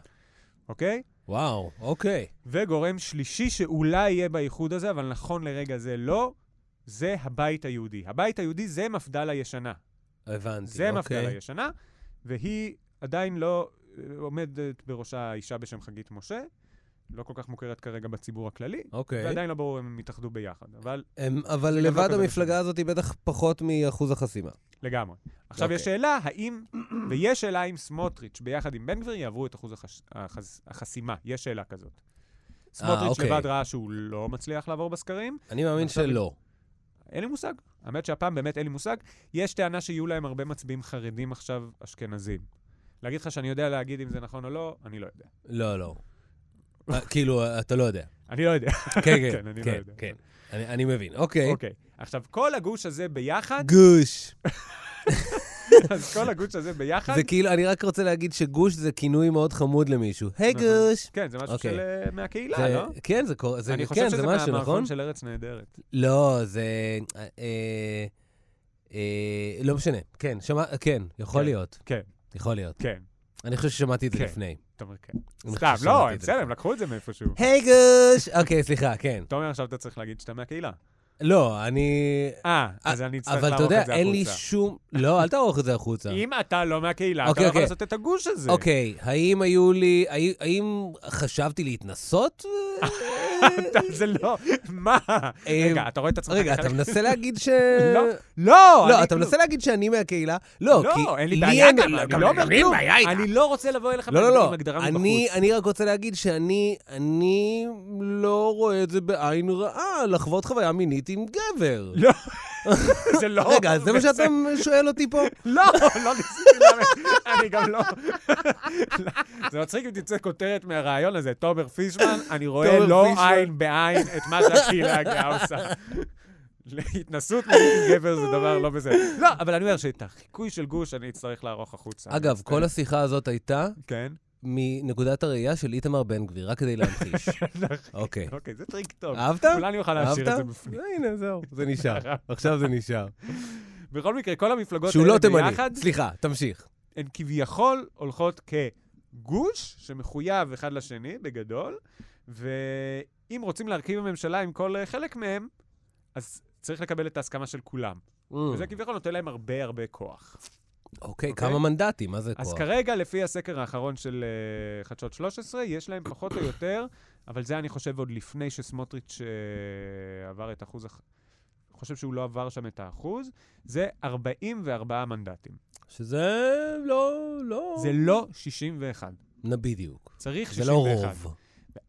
S2: אוקיי?
S3: וואו, אוקיי.
S2: וגורם שלישי שאולי יהיה באיחוד הזה, אבל נכון לרגע זה לא, זה הבית היהודי. הבית היהודי זה מפד"ל הישנה.
S3: אוקיי. הבנתי,
S2: זה מפד"ל
S3: אוקיי.
S2: הישנה, והיא עדיין לא אה, עומדת בראשה אישה בשם חגית משה, לא כל כך מוכרת כרגע בציבור הכללי,
S3: אוקיי.
S2: ועדיין לא ברור אם הם יתאחדו ביחד, אבל
S3: הם- אמ, אבל
S2: זה גם לא
S3: לבד
S2: כזה משנה.
S3: המפלגה הזאת היא בטח פחות מאחוז החסימה.
S2: לגמרי. עכשיו יש
S3: אוקיי.
S2: שאלה האם, ויש שאלה אם סמוטריץ' ביחד עם בן גביר יעברו את אחוז החש- החז- החסימה, יש שאלה כזאת. סמוטריץ'
S3: אוקיי.
S2: לבד ראה שהוא לא מצליח לעבור בסקרים,
S3: אני מאמין
S2: עכשיו-
S3: שלא.
S2: אין לי מושג. האמת שהפעם באמת אין לי מושג. יש טענה שיהיו להם הרבה מצביעים חרדים עכשיו אשכנזים. להגיד לך שאני יודע להגיד אם זה נכון או לא, אני לא יודע.
S3: לא, לא. אה, כאילו, אה, אתה לא יודע.
S2: אני לא יודע.
S3: כן, כן,
S2: כן, אני לא
S3: כן,
S2: יודע.
S3: כן. אני- אני מבין, אוקיי.
S2: אוקיי. עכשיו, כל הגוש הזה ביחד,
S3: גוש.
S2: אז כל הגוש הזה ביחד...
S3: זה כאילו, אני רק רוצה להגיד שגוש זה כינוי מאוד חמוד למישהו. היי
S2: נכון.
S3: גוש.
S2: כן, זה משהו
S3: אוקיי.
S2: של אה, מהקהילה,
S3: זה-
S2: לא?
S3: כן, זה קורה, זה-
S2: אני חושב
S3: כן, זה
S2: שזה
S3: משהו, נכון?
S2: מהמערכון של ארץ נהדרת.
S3: לא, זה... אה, אה, אה, לא משנה. כן, שמע... כן, יכול
S2: כן,
S3: להיות.
S2: כן.
S3: יכול להיות.
S2: כן,
S3: אני חושב ששמעתי את זה
S2: כן.
S3: לפני.
S2: אתה אומר כן.
S3: אני
S2: סתם,
S3: חושב
S2: לא,
S3: ששמעתי
S2: הם
S3: את זה
S2: בסדר, הם לקחו את זה מאיפשהו.
S3: היי גוש! אוקיי, סליחה, כן.
S2: תומר, עכשיו אתה צריך להגיד שאתה מהקהילה.
S3: לא, אני...
S2: אה, אז אני אצטרך
S3: אבל
S2: לערוך
S3: אתה
S2: את זה
S3: יודע,
S2: החוצה.
S3: אין לי שום... לא, אל תערוך את זה החוצה.
S2: אם אתה לא מהקהילה, אתה
S3: אוקיי,
S2: לא יכול
S3: אוקיי.
S2: לעשות את הגוש הזה.
S3: אוקיי, האם היו לי... האם- האם חשבתי להתנסות?
S2: אתה- זה לא... מה? רגע, אתה רואה את עצמך...
S3: אה, רגע, אתה
S2: כחלק-
S3: מנסה להגיד ש...
S2: לא, לא,
S3: לא,
S2: אני
S3: אתה
S2: כלום.
S3: מנסה להגיד שאני מהקהילה? לא, כי...
S2: לא, אין לי בעיה,
S3: אין-
S2: גם, אני לא אומר
S3: לי אין
S2: כלום.
S3: בעיה איתך.
S2: אני לא רוצה לבוא אליך
S3: לא, לא,
S2: בהגדרה
S3: לא.
S2: עם הגדרה
S3: אני,
S2: מבחוץ.
S3: אני רק רוצה להגיד שאני אני לא רואה את זה בעין רעה, לחוות חוויה מינית עם גבר.
S2: לא. זה לא...
S3: רגע, זה מה שאתה שואל אותי פה?
S2: לא, לא ניסיתי לאמן, אני גם לא... זה מצחיק אם תצא כותרת מהרעיון הזה, תומר פישמן, אני רואה
S3: תומר
S2: לא
S3: פישמן.
S2: עין בעין את מה שהקהילה הגאה עושה. התנסות עם גבר זה דבר לא בסדר. לא, אבל אני אומר שאת החיקוי של גוש אני אצטרך לערוך החוצה.
S3: אגב, כל השיחה הזאת הייתה
S2: כן?
S3: מנקודת הראייה של איתמר בן גביר, רק כדי להמחיש. אוקיי.
S2: אוקיי, זה טריק טוב.
S3: אהבת?
S2: אולי אני אוכל להשאיר את זה
S3: אהבת? לא,
S2: בפנים. נכון.
S3: הנה, זהו, זה נשאר. עכשיו זה נשאר.
S2: בכל מקרה, כל המפלגות
S3: שהוא לא
S2: האלה
S3: תימני.
S2: ביחד,
S3: סליחה, תמשיך.
S2: הן כביכול הולכות כגוש שמחויב אחד לשני בגדול, ואם רוצים להרכיב הממשלה עם כל אה, חלק מהם, אז צריך לקבל את ההסכמה של כולם. וזה כביכול נותן להם הרבה הרבה כוח.
S3: Mm. אוקיי,
S2: אוקיי.
S3: כמה מנדטים, מה זה
S2: אז
S3: כוח?
S2: כרגע, לפי הסקר האחרון של אה, חדשות 13, יש להם פחות או יותר, אבל זה אני חושב עוד לפני שסמוטריץ' אה, עבר את אחוז... הח- חושב שהוא לא עבר שם את האחוז, זה 44 מנדטים.
S3: שזה לא... לא...
S2: זה לא 61.
S3: נו, בדיוק.
S2: צריך 61.
S3: זה לא רוב.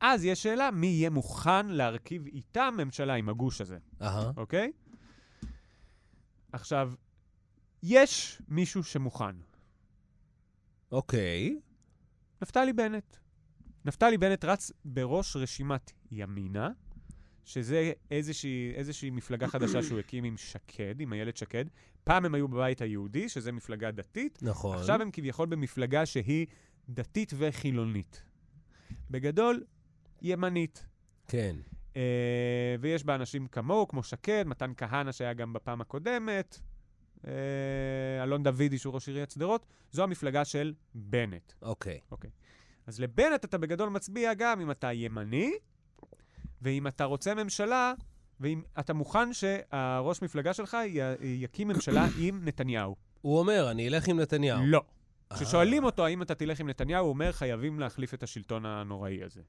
S2: אז יש שאלה מי יהיה מוכן להרכיב איתה ממשלה עם הגוש הזה,
S3: אהה.
S2: אוקיי? עכשיו, יש מישהו שמוכן.
S3: אוקיי.
S2: נפתלי בנט. נפתלי בנט רץ בראש רשימת ימינה, שזה איזושהי, איזושהי מפלגה חדשה שהוא הקים עם שקד, עם איילת שקד. פעם הם היו בבית היהודי, שזה מפלגה דתית,
S3: נכון.
S2: עכשיו הם כביכול במפלגה שהיא דתית וחילונית. בגדול, ימנית.
S3: כן.
S2: אה, ויש בה אנשים כמוהו, כמו שקד, מתן כהנא שהיה גם בפעם הקודמת, אה, אלון דוידי שהוא ראש עיריית שדרות, זו המפלגה של בנט.
S3: אוקיי.
S2: אז לבנט אתה בגדול מצביע גם אם אתה ימני, ואם אתה רוצה ממשלה, ואם אתה מוכן שהראש מפלגה שלך י- יקים ממשלה עם נתניהו.
S3: הוא אומר, אני אלך עם נתניהו.
S2: לא.
S3: אה,
S2: כששואלים אותו האם אתה תלך עם נתניהו, הוא אומר חייבים להחליף את השלטון הנוראי הזה.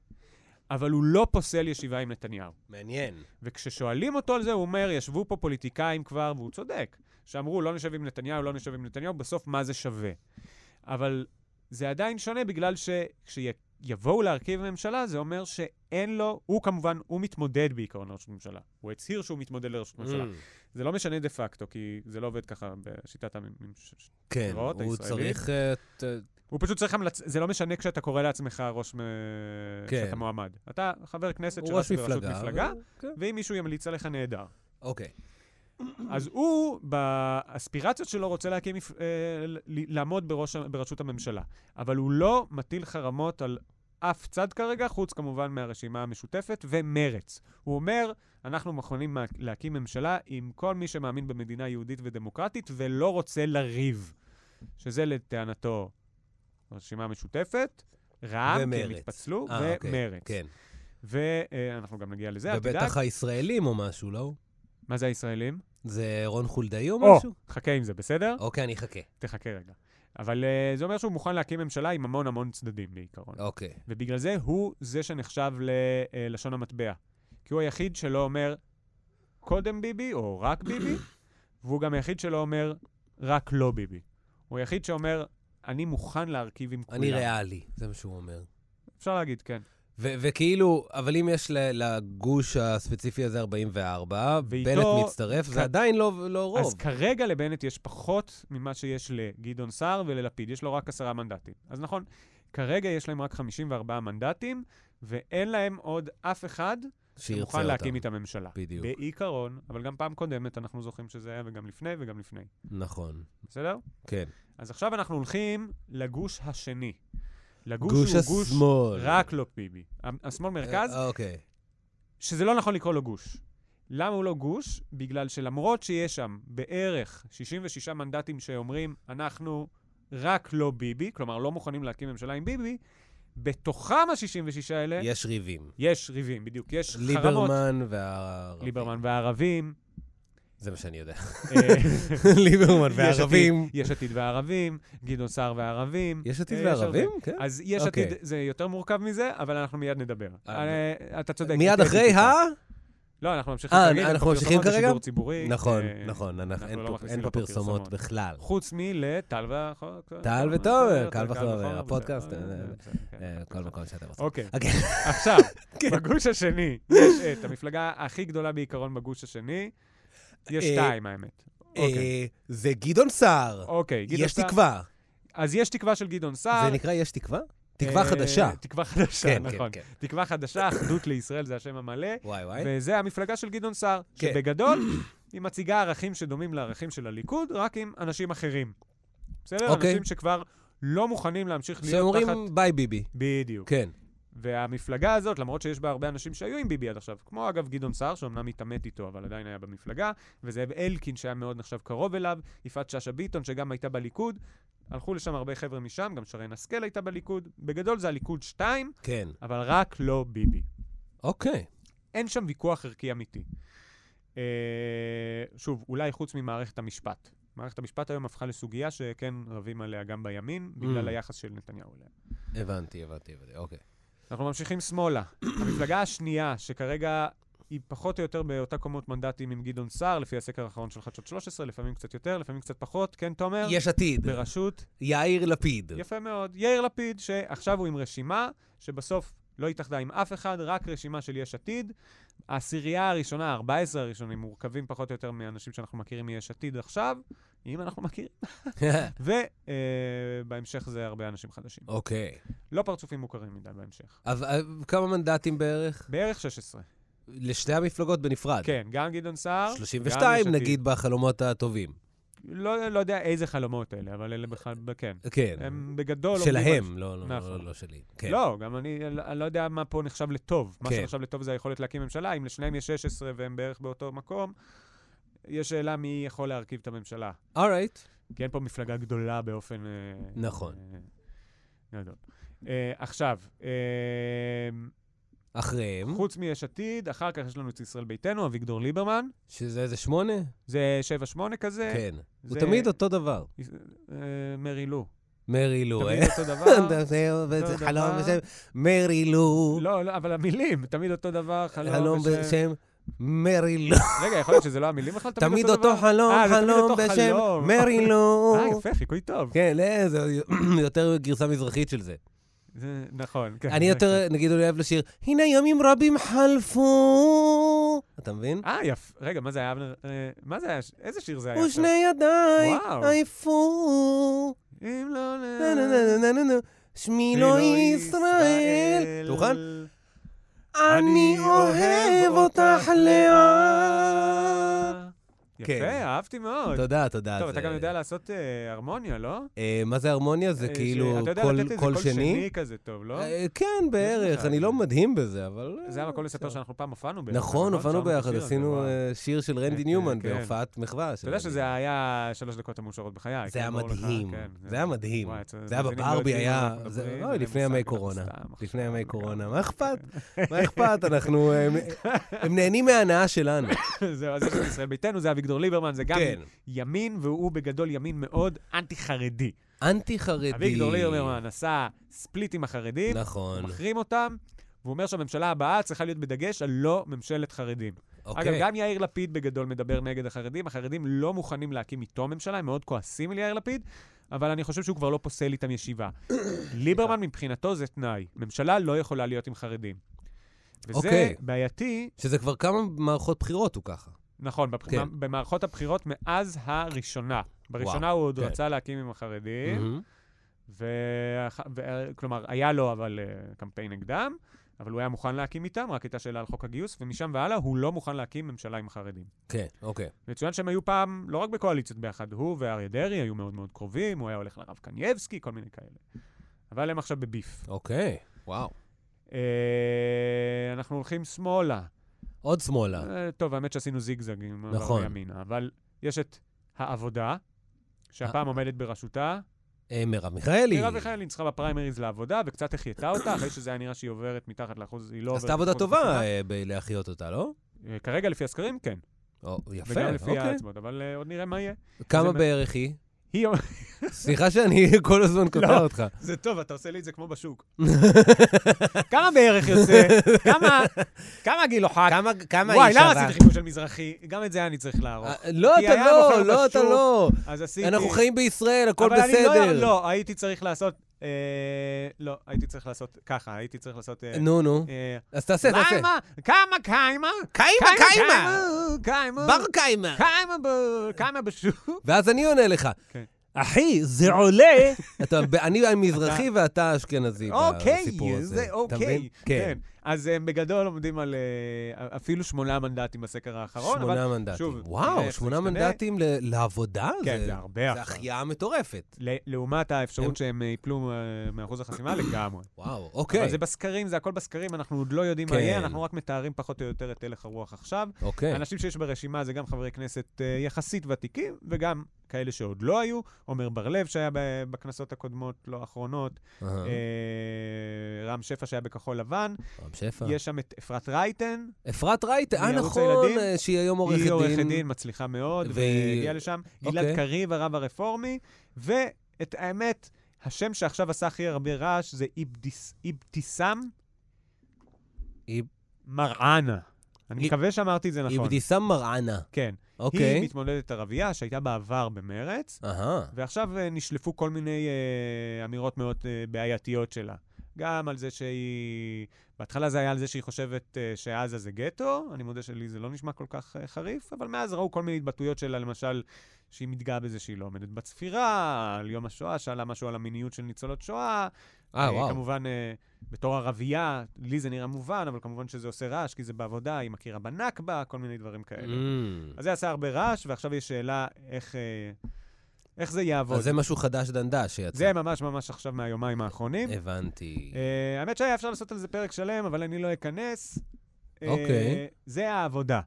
S2: אבל הוא לא פוסל ישיבה עם נתניהו.
S3: מעניין.
S2: וכששואלים אותו על זה, הוא אומר, ישבו פה פוליטיקאים כבר, והוא צודק, שאמרו, לא נשב עם נתניהו, לא נשב עם נתניהו, בסוף מה זה שווה? אבל זה עדיין שונה בגלל שכשיבואו להרכיב ממשלה, זה אומר שאין לו, הוא כמובן, הוא מתמודד בעיקרון לראשות ממשלה. הוא הצהיר שהוא מתמודד לראשות ממשלה.
S3: Mm.
S2: זה לא משנה דה פקטו, כי זה לא עובד ככה בשיטת הממשלה.
S3: כן,
S2: הבחירות
S3: הוא
S2: הישראלית.
S3: צריך... אה, ת-
S2: הוא פשוט צריך המלצ... זה לא משנה כשאתה קורא לעצמך ראש... מ-
S3: כן.
S2: כשאתה מועמד. אתה חבר כנסת
S3: הוא ראש
S2: שרץ בראשות
S3: מפלגה.
S2: מפלגה,
S3: אבל- כן.
S2: ואם מישהו ימליץ עליך, נהדר.
S3: אוקיי.
S2: אז הוא, באספירציות שלו, רוצה להקים, מפ- אה, ל- לעמוד בראש, ה- בראשות הממשלה. אבל הוא לא מטיל חרמות על אף צד כרגע, חוץ כמובן מהרשימה המשותפת ומרץ. הוא אומר, אנחנו מוכנים מה- להקים ממשלה עם כל מי שמאמין במדינה יהודית ודמוקרטית ולא רוצה לריב. שזה לטענתו הרשימה המשותפת, רע"מ, כי הם
S3: ומרצ.
S2: התפצלו,
S3: אה, אוקיי,
S2: ומרץ.
S3: כן.
S2: ואנחנו גם נגיע לזה, אל תדאג.
S3: ובטח הישראלים או משהו, לא?
S2: מה זה הישראלים?
S3: זה רון חולדאי או
S2: או,
S3: משהו?
S2: חכה עם זה, בסדר?
S3: אוקיי, אני אחכה.
S2: תחכה רגע. אבל uh, זה אומר שהוא מוכן להקים ממשלה עם המון המון צדדים בעיקרון.
S3: אוקיי.
S2: ובגלל זה הוא זה שנחשב ללשון המטבע. כי הוא היחיד שלא אומר קודם ביבי או רק ביבי, והוא גם היחיד שלא אומר רק לא ביבי. הוא היחיד שאומר, אני מוכן להרכיב עם כולם.
S3: אני ריאלי, זה מה שהוא אומר.
S2: אפשר להגיד, כן.
S3: ו- וכאילו, אבל אם יש ל- לגוש הספציפי הזה 44,
S2: ואיתו-
S3: בנט מצטרף,
S2: כן.
S3: זה עדיין לא לא
S2: רוב. אז
S3: רוב.
S2: כרגע לבנט יש פחות ממה שיש לגדעון סער וללפיד, יש לו רק עשרה מנדטים. אז נכון, כרגע יש להם רק 54 מנדטים, ואין להם עוד אף אחד
S3: שירצה
S2: שמוכן
S3: אותם.
S2: להקים איתה ממשלה.
S3: בדיוק.
S2: בעיקרון, אבל גם פעם קודמת אנחנו זוכרים שזה היה וגם לפני וגם לפני.
S3: נכון,
S2: בסדר?
S3: כן.
S2: אז עכשיו אנחנו הולכים לגוש השני. לגוש
S3: גוש
S2: שהוא גוש
S3: השמאל.
S2: רק לא ביבי. ה- השמאל-מרכז,
S3: אה, אוקיי.
S2: שזה לא נכון לקרוא לו גוש. למה הוא לא גוש? בגלל שלמרות שיש שם בערך 66 מנדטים שאומרים, אנחנו רק לא ביבי, כלומר לא מוכנים להקים ממשלה עם ביבי, בתוכם ה-66 האלה,
S3: יש ריבים.
S2: יש ריבים, בדיוק. כן. יש חרמות.
S3: ליברמן והערבים.
S2: ליברמן והערבים.
S3: זה מה שאני יודע.
S2: אה,
S3: ליברמן
S2: יש
S3: והערבים.
S2: עתיד- יש עתיד והערבים, גדעון סער והערבים.
S3: יש עתיד
S2: אה,
S3: והערבים?
S2: הרבה.
S3: כן.
S2: אז יש
S3: אוקיי.
S2: עתיד, זה יותר מורכב מזה, אבל אנחנו מיד נדבר.
S3: אה,
S2: אה, אתה צודק.
S3: מיד
S2: זה
S3: אחרי
S2: פוליטיקה.
S3: ה...
S2: לא, אנחנו ממשיכים
S3: אה,
S2: כרגיל,
S3: אנחנו
S2: בפרסומות
S3: ממשיכים
S2: זה
S3: כרגע?
S2: שידור ציבורי.
S3: נכון,
S2: אה,
S3: נכון, אנחנו- אין
S2: לא
S3: פה-
S2: מכניסים
S3: אין פה
S2: לפה פרסומות. אוקיי.
S3: פרסומות בכלל.
S2: חוץ מלטל ו...
S3: טל ותומר, קל וחומר,
S2: בסדר,
S3: הפודקאסט,
S2: בסדר,
S3: אה,
S2: בסדר, כן.
S3: אה, כן. כל מקום שאתה רוצה.
S2: אוקיי,
S3: אוקיי.
S2: עכשיו, בגוש השני יש את המפלגה הכי גדולה בעיקרון בגוש השני. יש
S3: אה,
S2: שתיים, האמת. אוקיי,
S3: אה, זה גדעון סער.
S2: אוקיי, גדעון
S3: יש
S2: סער.
S3: תקווה.
S2: אז יש תקווה של גדעון סער.
S3: זה נקרא יש תקווה? תקווה
S2: אה,
S3: חדשה.
S2: תקווה חדשה,
S3: כן, כן,
S2: נכון.
S3: כן.
S2: תקווה חדשה, אחדות לישראל, זה השם המלא.
S3: וואי וואי.
S2: וזה המפלגה של גדעון סער,
S3: כן.
S2: שבגדול היא מציגה ערכים שדומים לערכים של הליכוד, רק עם אנשים אחרים. בסדר?
S3: אוקיי.
S2: אנשים שכבר לא מוכנים להמשיך להיות
S3: שאומרים
S2: תחת...
S3: ביי ביבי.
S2: בדיוק.
S3: כן.
S2: והמפלגה הזאת, למרות שיש בה הרבה אנשים שהיו עם ביבי עד עכשיו, כמו אגב גדעון סער, שאומנם התעמת איתו, אבל עדיין היה במפלגה, וזאב אלקין, שהיה מאוד נחשב קרוב אליו, יפעת שאשא ביטון, שגם הייתה בליכוד, הלכו לשם הרבה חבר'ה משם, גם שרן השכל הייתה בליכוד. בגדול זה הליכוד 2,
S3: כן.
S2: אבל רק לא ביבי.
S3: אוקיי.
S2: אין שם ויכוח ערכי אמיתי. אה, שוב, אולי חוץ ממערכת המשפט. מערכת המשפט היום הפכה לסוגיה שכן רבים עליה גם בימין, בגלל
S3: Mm.
S2: היחס של נתניהו אליה.
S3: הבנתי, הבנתי, הבנתי. אוקיי.
S2: אנחנו ממשיכים שמאלה. המפלגה השנייה, שכרגע היא פחות או יותר באותה כמות מנדטים עם גדעון סער, לפי הסקר האחרון של חדשות 13, לפעמים קצת יותר, לפעמים קצת פחות, כן, תומר?
S3: יש עתיד.
S2: בראשות,
S3: יאיר לפיד.
S2: יפה מאוד, יאיר לפיד, שעכשיו הוא עם רשימה, שבסוף לא התאחדה עם אף אחד, רק רשימה של יש עתיד. העשירייה הראשונה, ה-14 הראשונים, מורכבים פחות או יותר מאנשים שאנחנו מכירים מיש עתיד עכשיו, אם אנחנו מכירים, ובהמשך זה הרבה אנשים חדשים.
S3: אוקיי.
S2: לא פרצופים מוכרים מדי בהמשך.
S3: אז אה, כמה מנדטים בערך?
S2: בערך 16.
S3: לשתי המפלגות בנפרד.
S2: כן, גם גדעון סער. גם
S3: 32
S2: יש עתיד.
S3: נגיד בחלומות הטובים.
S2: לא, לא יודע איזה חלומות אלה, אבל אלה בכלל, כן.
S3: כן.
S2: הם בגדול... עומדים
S3: שלהם,
S2: על-
S3: לא, לא, לא,
S2: נכון.
S3: לא שלי. כן.
S2: לא, גם אני, אני לא יודע מה פה נחשב לטוב. מה
S3: כן.
S2: שנחשב לטוב זה היכולת להקים ממשלה. אם לשניהם יש 16 והם בערך באותו מקום, יש שאלה מי יכול להרכיב את הממשלה.
S3: אורייט.
S2: כי אין פה מפלגה גדולה באופן... אה,
S3: נכון.
S2: אה, גדול. אה, עכשיו, אה,
S3: אחריהם,
S2: חוץ מיש עתיד, אחר כך יש לנו את ישראל ביתנו, אביגדור ליברמן.
S3: שזה איזה שמונה?
S2: זה 7-8 כזה.
S3: כן.
S2: אה,
S3: הוא
S2: זה-
S3: תמיד אותו דבר.
S2: אה, מרי לו.
S3: מרי לו,
S2: תמיד
S3: אה?
S2: אותו דבר.
S3: זהו, וזה
S2: דבר.
S3: חלום בשם מרי לו,
S2: לא, לא, אבל המילים, תמיד אותו דבר,
S3: חלום
S2: חלום בשם...
S3: בשם מרי לו.
S2: רגע, יכול להיות שזה לא המילים בכלל,
S3: תמיד אותו חלום,
S2: אה, זה תמיד
S3: חלום
S2: אותו
S3: בשם
S2: חלום.
S3: מרי לו.
S2: אה, יפה, חיקוי טוב.
S3: כן, אה, זה יותר גרסה מזרחית של זה.
S2: זה- נכון. כן.
S3: אני יותר, נגיד, אני אוהב לשיר, הנה ימים רבים חלפו. אתה מבין?
S2: אה, יפה. רגע, מה זה היה אבנר? אה, מה זה היה? איזה שיר זה היה? עכשיו?
S3: ושני ידיי
S2: וואו.
S3: עייפו.
S2: אם לא... נה-
S3: נה, נה, נה, נה, נה, נה. שמי לא ישראל. אתה מוכן? אני אוהב אותך לאט.
S2: יפה,
S3: כן.
S2: אהבתי מאוד.
S3: תודה, תודה.
S2: טוב,
S3: זה-
S2: אתה גם יודע לעשות אה, הרמוניה, לא?
S3: אה, מה זה הרמוניה? זה
S2: אה,
S3: כאילו
S2: שאתה יודע
S3: קול-
S2: לתת איזה
S3: קול שני?
S2: שני כזה טוב, לא?
S3: אה, כן, בערך.
S2: לך
S3: אני
S2: את
S3: לא
S2: זה.
S3: מדהים בזה, אבל... אה,
S2: זה היה מקום לספר שאנחנו פעם הופענו ביחד. לא
S3: נכון, הופענו
S2: שרנו את
S3: ביחד,
S2: השיר הזה,
S3: עשינו
S2: וואו.
S3: אה, שיר של
S2: כן,
S3: רנדי ניומן
S2: כן.
S3: בהופעת מחווה.
S2: אתה יודע שזה היה שלוש דקות המאושרות בחיי.
S3: זה היה
S2: כן, ברור לך,
S3: מדהים.
S2: כן,
S3: זה היה מדהים.
S2: וואי, אתה-
S3: זה היה
S2: מאזינים לא
S3: בברבי,
S2: יודעים על מה
S3: היה...
S2: אנחנו
S3: זה-
S2: מדברים,
S3: לא,
S2: אין לי
S3: לפני
S2: מושג,
S3: ימי
S2: בטח
S3: קורונה.
S2: סתם, עכשיו,
S3: לפני ימי
S2: לגמרי.
S3: קורונה. מה אכפת? מה אכפת? אנחנו... הם- הם נהנים מההנאה שלנו.
S2: זהו, אז יש את ישראל ביתנו, זה אביגדור ליברמן, זה גם
S3: כן.
S2: ימין, והוא בגדול ימין מאוד אנטי-חרדי.
S3: אנטי-חרדי.
S2: אביגדור ליברמן עשה ספליט עם החרדים, הוא
S3: נכון.
S2: מחרים אותם, והוא אומר שהממשלה הבאה צריכה להיות בדגש על לא ממשלת חרדים. אגב,
S3: אוקיי.
S2: גם יאיר לפיד בגדול מדבר נגד החרדים. החרדים לא מוכנים להקים איתו ממשלה, הם מאוד כועסים על יאיר לפיד, אבל אני חושב שהוא כבר לא פוסל איתם ישיבה. ליברמן מבחינתו זה תנאי. ממשלה לא יכולה להיות עם חרדים. וזה
S3: אוקיי.
S2: בעייתי,
S3: שזה כבר כמה מערכות בחירות הוא ככה.
S2: נכון, בבח-
S3: כן.
S2: במערכות הבחירות מאז הראשונה. בראשונה הוא עוד
S3: כן.
S2: רצה להקים עם החרדים,
S3: מהמם.
S2: והח- ו- כלומר, היה לו אבל אה, קמפיין נגדם, אבל הוא היה מוכן להקים איתם, רק הייתה שאלה על חוק הגיוס, ומשם והלאה הוא לא מוכן להקים ממשלה עם חרדים.
S3: כן, אוקיי.
S2: מצוין שהם היו פעם לא רק בקואליציות ביחד, הוא ואריה דרעי היו מאוד מאוד קרובים, הוא היה הולך לרב קנייבסקי, כל מיני כאלה. אבל הם עכשיו בביף.
S3: אוקיי, וואו.
S2: אה, אנחנו הולכים שמאלה.
S3: עוד שמאלה.
S2: אה, טוב, האמת שעשינו זיגזגים, לא
S3: נכון.
S2: נכון. ימינה, אבל יש את העבודה, שהפעם עומדת בראשותה
S3: אה, מרב מיכאלי.
S2: מרב מיכאלי ניצחה בפריימריז לעבודה, וקצת החייתה אותה, אחרי שזה היה נראה שהיא עוברת מתחת לאחוז, היא לא עוברת...
S3: עשתה עבודה
S2: לאחוז
S3: טובה
S2: החסימה.
S3: אה, בלהחיות אותה, לא?
S2: אה, כרגע, לפי הסקרים, כן.
S3: או, יפה,
S2: וגם לפי
S3: אוקיי.
S2: ההצבעות, אבל אה, עוד נראה מה יהיה.
S3: כמה
S2: מה-
S3: בערך היא?
S2: היא...
S3: סליחה שאני כל הזמן קוטע
S2: לא.
S3: אותך.
S2: זה טוב, אתה עושה לי את זה כמו בשוק. כמה בערך יוצא? כמה? כמה גילוחק?
S3: כמה כמה היא
S2: וואי, למה
S3: שווה?
S2: עשיתי חיפוש של מזרחי? גם את זה היה אני צריך לערוך.
S3: אה, לא,
S2: כי
S3: אתה
S2: היה
S3: לא,
S2: בוחר
S3: לא, אתה
S2: בשוק,
S3: לא.
S2: אז עשיתי...
S3: אנחנו חיים בישראל, הכל
S2: אבל אני לא-
S3: בסדר.
S2: לא, הייתי צריך לעשות... אה, לא, הייתי צריך לעשות ככה, הייתי צריך לעשות... אה,
S3: נו, נו.
S2: אה,
S3: אז תעשה, תעשה.
S2: למה? כמה קיימה?
S3: קיימה, קיימה!
S2: קיימה!
S3: בר קיימה.
S2: קיימה ב- קיימה בשוק.
S3: ואז אני עונה לך.
S2: כן.
S3: אחי, זה עולה. אתה, אני המזרחי ואתה אשכנזי בסיפור
S2: אוקיי,
S3: הזה.
S2: זה
S3: אתה
S2: אוקיי.
S3: מבין?
S2: כן. אז הם בגדול עומדים על אה, אפילו שמונה מנדטים בסקר האחרון. אבל
S3: שמונה מנדטים.
S2: שוב, נראה
S3: וואו,
S2: איך זה
S3: שמונה
S2: ישתנה.
S3: מנדטים ל- לעבודה?
S2: כן, זה הרבה
S3: זה
S2: עכשיו.
S3: החייאה מטורפת.
S2: ל- לעומת
S3: הם-
S2: האפשרות שהם אה, ייפלו אה, מאחוז החסימה לגמרי.
S3: וואו,
S2: אבל
S3: אוקיי.
S2: זה בסקרים, זה הכל בסקרים, אנחנו עוד לא יודעים מה
S3: כן.
S2: יהיה, אנחנו רק מתארים פחות או יותר את הלך הרוח עכשיו.
S3: אוקיי.
S2: האנשים שיש ברשימה זה גם חברי כנסת אה, יחסית ותיקים, וגם כאלה שעוד לא היו, עמר בר-לב שהיה ב- בכנסות הקודמות, לא האחרונות,
S3: אהה.
S2: אה, רם שפע שהיה בכחול לבן,
S3: רם שפע.
S2: יש שם את אפרת רייטן,
S3: אפרת רייטן, אה
S2: מערוץ
S3: נכון,
S2: הילדים.
S3: אה, שהיא היום
S2: היא
S3: עורכת
S2: עורכת
S3: דין.
S2: דין, מצליחה מאוד,
S3: והיא-
S2: והגיעה לשם.
S3: אוקיי.
S2: גלעד קריב, הרב הרפורמי, ואת האמת, השם שעכשיו עשה הכי הרבה רעש זה אבדיס- אבתיסאם
S3: איב-
S2: מראענה.
S3: איב-
S2: אני מקווה שאמרתי את זה נכון.
S3: אבתיסאם מראענה.
S2: כן. היא
S3: אוקיי.
S2: מתמודדת ערבייה שהייתה בעבר במרץ,
S3: אהה.
S2: ועכשיו אה, נשלפו כל מיני אה, אמירות מאוד אה, בעייתיות שלה. גם על זה שהיא... בהתחלה זה היה על זה שהיא חושבת אה, שעזה זה גטו, אני מודה שלי זה לא נשמע כל כך אה, חריף, אבל מאז ראו כל מיני התבטאויות שלה, למשל, שהיא מתגאה בזה שהיא לא עומדת בצפירה, על יום השואה, שאלה משהו על המיניות של ניצולות שואה.
S3: אה,
S2: אה,
S3: וואו.
S2: כמובן, אה, בתור ערבייה, לי זה נראה מובן, אבל כמובן שזה עושה רעש, כי זה בעבודה, היא מכירה בנכבה, כל מיני דברים כאלה.
S3: אמ.
S2: אז זה עשה הרבה רעש, ועכשיו יש שאלה איך, אה, איך זה יעבוד.
S3: אז זה משהו חדש דנדש שיצא.
S2: זה ממש ממש עכשיו מהיומיים האחרונים.
S3: הבנתי.
S2: אה, האמת שהיה אפשר לעשות על זה פרק שלם, אבל אני לא אכנס. אה,
S3: אוקיי.
S2: זה העבודה.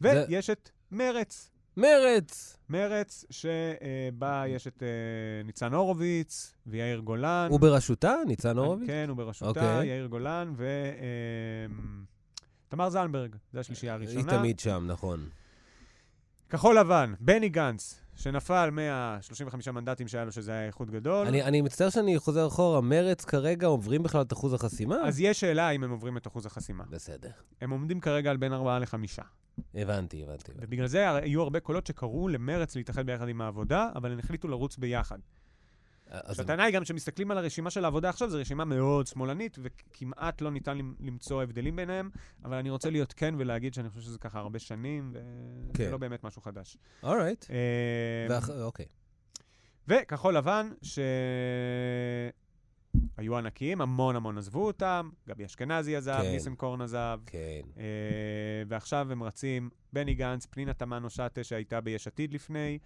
S3: זה-
S2: ויש את מרץ.
S3: מרץ.
S2: מרץ, שבה
S3: אוקיי.
S2: יש את אה, ניצן הורוביץ ויאיר גולן.
S3: הוא בראשותה, ניצן הורוביץ?
S2: כן, הוא בראשותה,
S3: אוקיי.
S2: יאיר גולן ותמר זנדברג, זו השלישייה
S3: אה, היא
S2: כן, הראשונה.
S3: תמיד שם, נכון.
S2: כחול לבן, בני גנץ, שנפל מה-35 מנדטים שהיה לו, שזה היה איחוד גדול.
S3: אני אני מצטער שאני חוזר אחורה, מרץ כרגע עוברים בכלל את אחוז החסימה?
S2: אז יש שאלה אם הם עוברים את אחוז החסימה.
S3: בסדר.
S2: הם עומדים כרגע על בין 4 ל-5.
S3: כן. הבנתי, הבנתי. הבנתי.
S2: ובגלל זה הר- היו הרבה קולות שקראו למרץ להתאחד ביחד עם העבודה, אבל הם החליטו לרוץ ביחד.
S3: אה, אז
S2: הטענה היא גם שמסתכלים על הרשימה של העבודה עכשיו, זו רשימה מאוד שמאלנית, וכמעט לא ניתן למ- למצוא הבדלים ביניהם, אבל אני רוצה להיות כן ולהגיד שאני חושב שזה ככה הרבה שנים, וזה
S3: כן.
S2: לא באמת משהו חדש.
S3: אורייט.
S2: אה,
S3: אוקיי.
S2: וכחול לבן, שהיו ענקיים, המון המון עזבו אותם, גבי אשכנזי עזב,
S3: כן.
S2: ניסנקורן עזב,
S3: כן.
S2: אה, ועכשיו הם רצים בני גנץ, פנינה תמנו שטה שהייתה ביש עתיד לפני,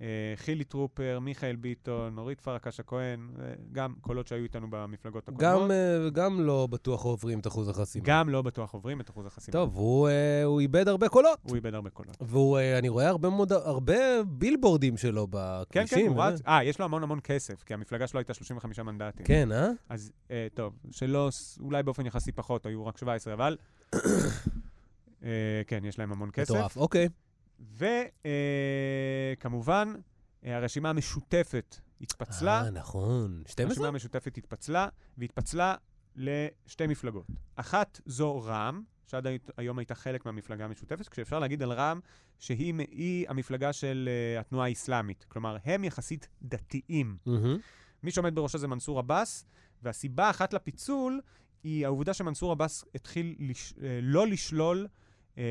S2: אה, חילי טרופר, מיכאל ביטון, אורית פרקש הכהן, אה, גם קולות שהיו איתנו במפלגות
S3: גם,
S2: הקודמות.
S3: אה, גם לא בטוח עוברים את אחוז החסימה.
S2: גם לא בטוח עוברים את אחוז החסימה.
S3: טוב, הוא, אה, הוא איבד הרבה קולות.
S2: הוא איבד הרבה קולות.
S3: ואני רואה הרבה, מוד... הרבה בילבורדים שלו
S2: כן,
S3: בכבישים.
S2: כן, הוא
S3: אה?
S2: רץ. אה, יש לו המון המון כסף, כי המפלגה שלו הייתה 35 מנדטים.
S3: כן, אה?
S2: אז אה, טוב, שלא, ס- אולי באופן יחסי פחות, היו רק 17, אבל... אה, כן, יש להם המון כסף.
S3: מטורף. אוקיי.
S2: וכמובן, אה, הרשימה המשותפת התפצלה.
S3: אה, נכון. 12?
S2: הרשימה המשותפת התפצלה, והתפצלה לשתי מפלגות. אחת זו רע"מ, שעד הי- היום הייתה חלק מהמפלגה המשותפת, כשאפשר להגיד על רע"מ שהיא מ- היא המפלגה של אה, התנועה האסלאמית. כלומר, הם יחסית דתיים.
S3: מהמם.
S2: מי שעומד בראשה זה מנסור עבאס, והסיבה האחת לפיצול היא העובדה שמנסור עבאס התחיל לש... אה, לא לשלול אה,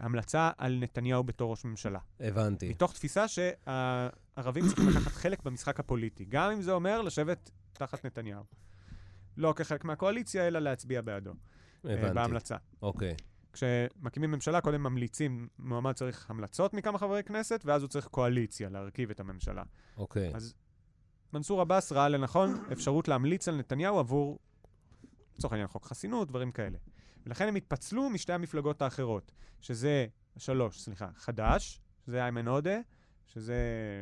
S2: המלצה על נתניהו בתור ראש ממשלה.
S3: הבנתי.
S2: מתוך תפיסה שהערבים צריכים לקחת חלק במשחק הפוליטי, גם אם זה אומר לשבת תחת נתניהו. לא כחלק מהקואליציה, אלא להצביע בעדו, אה,
S3: הבנתי.
S2: בהמלצה.
S3: אוקיי.
S2: כשמקימים ממשלה, קודם ממליצים, מועמד צריך המלצות מכמה חברי כנסת, ואז הוא צריך קואליציה להרכיב את הממשלה.
S3: אוקיי.
S2: אז- מנסור עבאס ראה לנכון אפשרות להמליץ על נתניהו עבור, לצורך העניין, חוק חסינות, דברים כאלה. ולכן הם התפצלו משתי המפלגות האחרות, שזה, שלוש, סליחה, חד"ש, שזה איימן עודה, שזה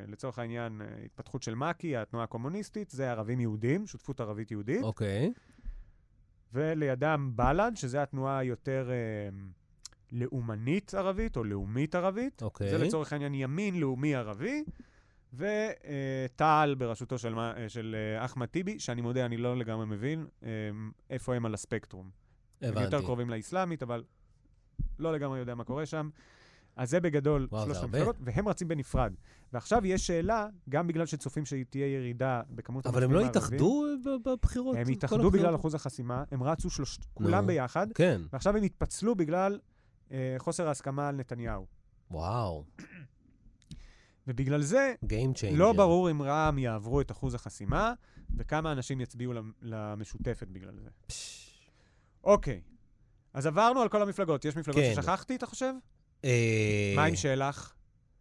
S2: לצורך העניין אה, התפתחות של מק"י, התנועה הקומוניסטית, זה ערבים יהודים, שותפות ערבית-יהודית,
S3: אוקיי.
S2: ולידם בל"ד, שזה התנועה היותר אה, לאומנית ערבית או לאומית ערבית.
S3: אוקיי.
S2: זה לצורך העניין ימין לאומי ערבי, ותע"ל בראשותו של, מה- אה, של אה, אחמד טיבי, שאני מודה, אני לא לגמרי מבין אה, איפה הם על הספקטרום. הם יותר
S3: הבנתי.
S2: קרובים לאסלאמית, אבל לא לגמרי יודע מה קורה שם. אז זה בגדול
S3: וואו, זה
S2: שלוש
S3: הרבה.
S2: המפלגות, והם רצים בנפרד. ועכשיו יש שאלה, גם בגלל שצופים שתהיה ירידה בכמות
S3: אבל הם
S2: המצביעים
S3: לא
S2: הערבים,
S3: התאחדו ב- בבחירות?
S2: הם
S3: כל
S2: התאחדו
S3: הבחירות?
S2: בגלל אחוז החסימה, הם רצו שלוש... כולם
S3: נו.
S2: ביחד,
S3: כן.
S2: ועכשיו הם התפצלו בגלל אה, חוסר ההסכמה על נתניהו.
S3: וואו,
S2: ובגלל זה
S3: Game Changer.
S2: לא ברור אם רע"מ יעברו את אחוז החסימה, וכמה אנשים יצביעו למ- למשותפת בגלל זה.
S3: פש.
S2: אוקיי, אז עברנו על כל המפלגות. יש מפלגות
S3: כן.
S2: ששכחתי, אתה חושב?
S3: אה,
S2: מה עם שלח?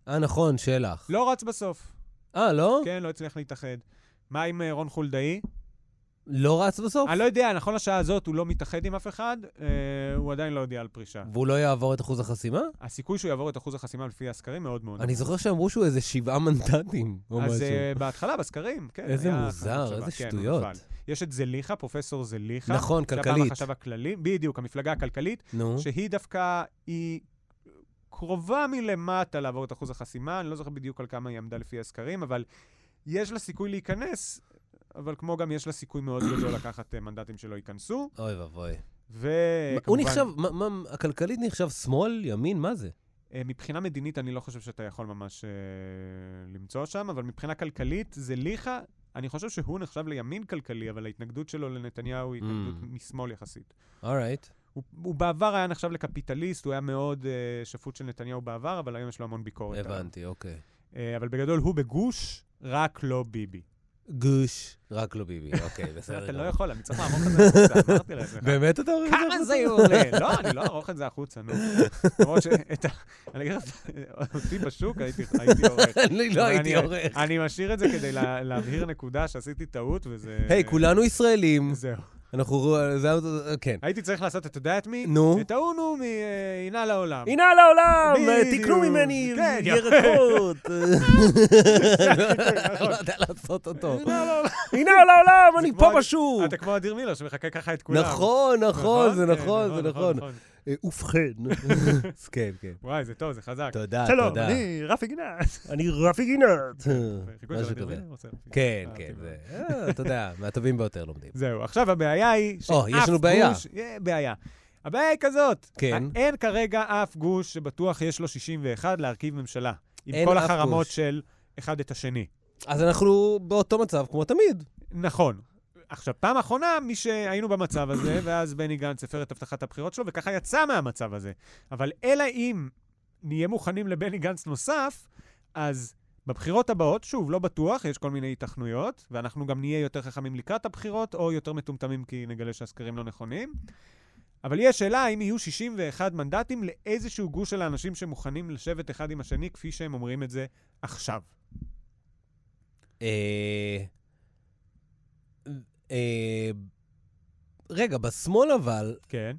S3: אה, נכון, שלח.
S2: לא רץ בסוף.
S3: אה, לא?
S2: כן, לא הצליח להתאחד. מה עם אה, רון חולדאי?
S3: לא רץ בסוף?
S2: אני לא יודע, נכון לשעה הזאת הוא לא מתאחד עם אף אחד, אה, הוא עדיין לא הודיע על פרישה.
S3: והוא לא יעבור את אחוז החסימה?
S2: הסיכוי שהוא יעבור את אחוז החסימה לפי הסקרים מאוד מאוד.
S3: אני זוכר שאמרו שהוא איזה שבעה מנדטים או
S2: נמוך. אז
S3: משהו.
S2: אה, בהתחלה, בסקרים, כן.
S3: איזה
S2: היה
S3: מוזר,
S2: חשבה,
S3: איזה
S2: כן, הוא
S3: שטויות.
S2: נפל. יש את זליכה, פרופסור זליכה.
S3: נכון,
S2: שהיה פעם
S3: כלכלית.
S2: החשב הכללי, בדיוק, המפלגה הכלכלית,
S3: נו,
S2: שהיא דווקא, היא קרובה מלמטה לעבור את אחוז החסימה, אני לא זוכר בדיוק על כמה היא עמדה לפי הסקרים, אבל יש לה סיכוי להיכנס, אבל כמו גם יש לה סיכוי מאוד גדול לקחת אה, מנדטים שלא ייכנסו,
S3: אוי ואבוי.
S2: אה, וכמובן...
S3: הוא נחשב, מה- מה- הכלכלית נחשב שמאל, ימין, מה זה?
S2: אה, מבחינה מדינית אני לא חושב שאתה יכול ממש אה, למצוא שם, אבל מבחינה כלכלית זה ליכה. אני חושב שהוא נחשב לימין כלכלי, אבל ההתנגדות שלו לנתניהו היא התנגדות
S3: Mm.
S2: משמאל יחסית.
S3: אורייט.
S2: הוא, הוא בעבר היה נחשב לקפיטליסט, הוא היה מאוד אה, שפוט של נתניהו בעבר, אבל היום יש לו המון ביקורת. עליו.
S3: הבנתי, אוקיי.
S2: אה, אבל בגדול הוא בגוש, רק לא ביבי.
S3: גוש, רק לא ביבי, אוקיי, בסדר.
S2: אתה לא
S3: גמור.
S2: יכול, אני צריך לערוך את זה החוצה, אמרתי לך.
S3: באמת אתה אומר את
S2: כמה זה עולה? לא, אני לא אערוך את זה החוצה, נו. למרות שאת ה... אני אגיד לך, אותי בשוק הייתי הייתי עורך.
S3: אני לא
S2: אבל
S3: הייתי
S2: אני-
S3: עורך.
S2: אני משאיר את זה כדי לה- להבהיר נקודה שעשיתי טעות, וזה...
S3: היי, כולנו ישראלים.
S2: זהו.
S3: אנחנו... זה- כן.
S2: הייתי צריך לעשות, אתה יודעת מי?
S3: נו.
S2: את ההונו מעינה לעולם.
S3: הנה על העולם!
S2: אה.
S3: אה,
S2: בדיוק.
S3: תקנו ממני
S2: כן, יפה.
S3: ירקות! לא יודע לעשות אותו.
S2: הנה לעולם.
S3: הנה על העולם, אני
S2: כמו
S3: פה
S2: הד-
S3: בשוק!
S2: אתה כמו אדיר מילר שמחכה ככה את כולם.
S3: נכון, נכון, זה
S2: כן,
S3: נכון, זה נכון. אה, ובכן. אז כן, כן.
S2: וואי, זה טוב, זה חזק.
S3: תודה,
S2: שלום,
S3: תודה.
S2: אני רפי גינת.
S3: אני רפי גינת.
S2: חיקוי של
S3: משהו
S2: אדיר
S3: כזה.
S2: מילר? עושה רפי.
S3: כן,
S2: אהבתי
S3: כן,
S2: מאוד.
S3: זה... אה, אתה יודע, מהטובים ביותר לומדים.
S2: זהו, עכשיו הבעיה היא שאף
S3: או, יש לנו בעיה.
S2: גוש... אה, בעיה. הבעיה היא כזאת,
S3: כן.
S2: אין כרגע אף גוש שבטוח יש לו 61 להרכיב ממשלה. עם
S3: אין
S2: כל
S3: אף
S2: החרמות
S3: גוש.
S2: של אחד את השני.
S3: אז אנחנו באותו מצב כמו תמיד.
S2: נכון. עכשיו, פעם אחרונה, מי שהיינו במצב הזה, ואז בני גנץ הפר את הבטחת הבחירות שלו, וככה יצא מהמצב הזה. אבל אלא אם נהיה מוכנים לבני גנץ נוסף, אז בבחירות הבאות, שוב, לא בטוח, יש כל מיני היתכנויות, ואנחנו גם נהיה יותר חכמים לקראת הבחירות, או יותר מטומטמים כי נגלה שהסקרים לא נכונים. אבל יש שאלה האם יהיו 61 מנדטים לאיזשהו גוש של האנשים שמוכנים לשבת אחד עם השני, כפי שהם אומרים את זה עכשיו.
S3: אה, אה, רגע, בשמאל אבל,
S2: כן.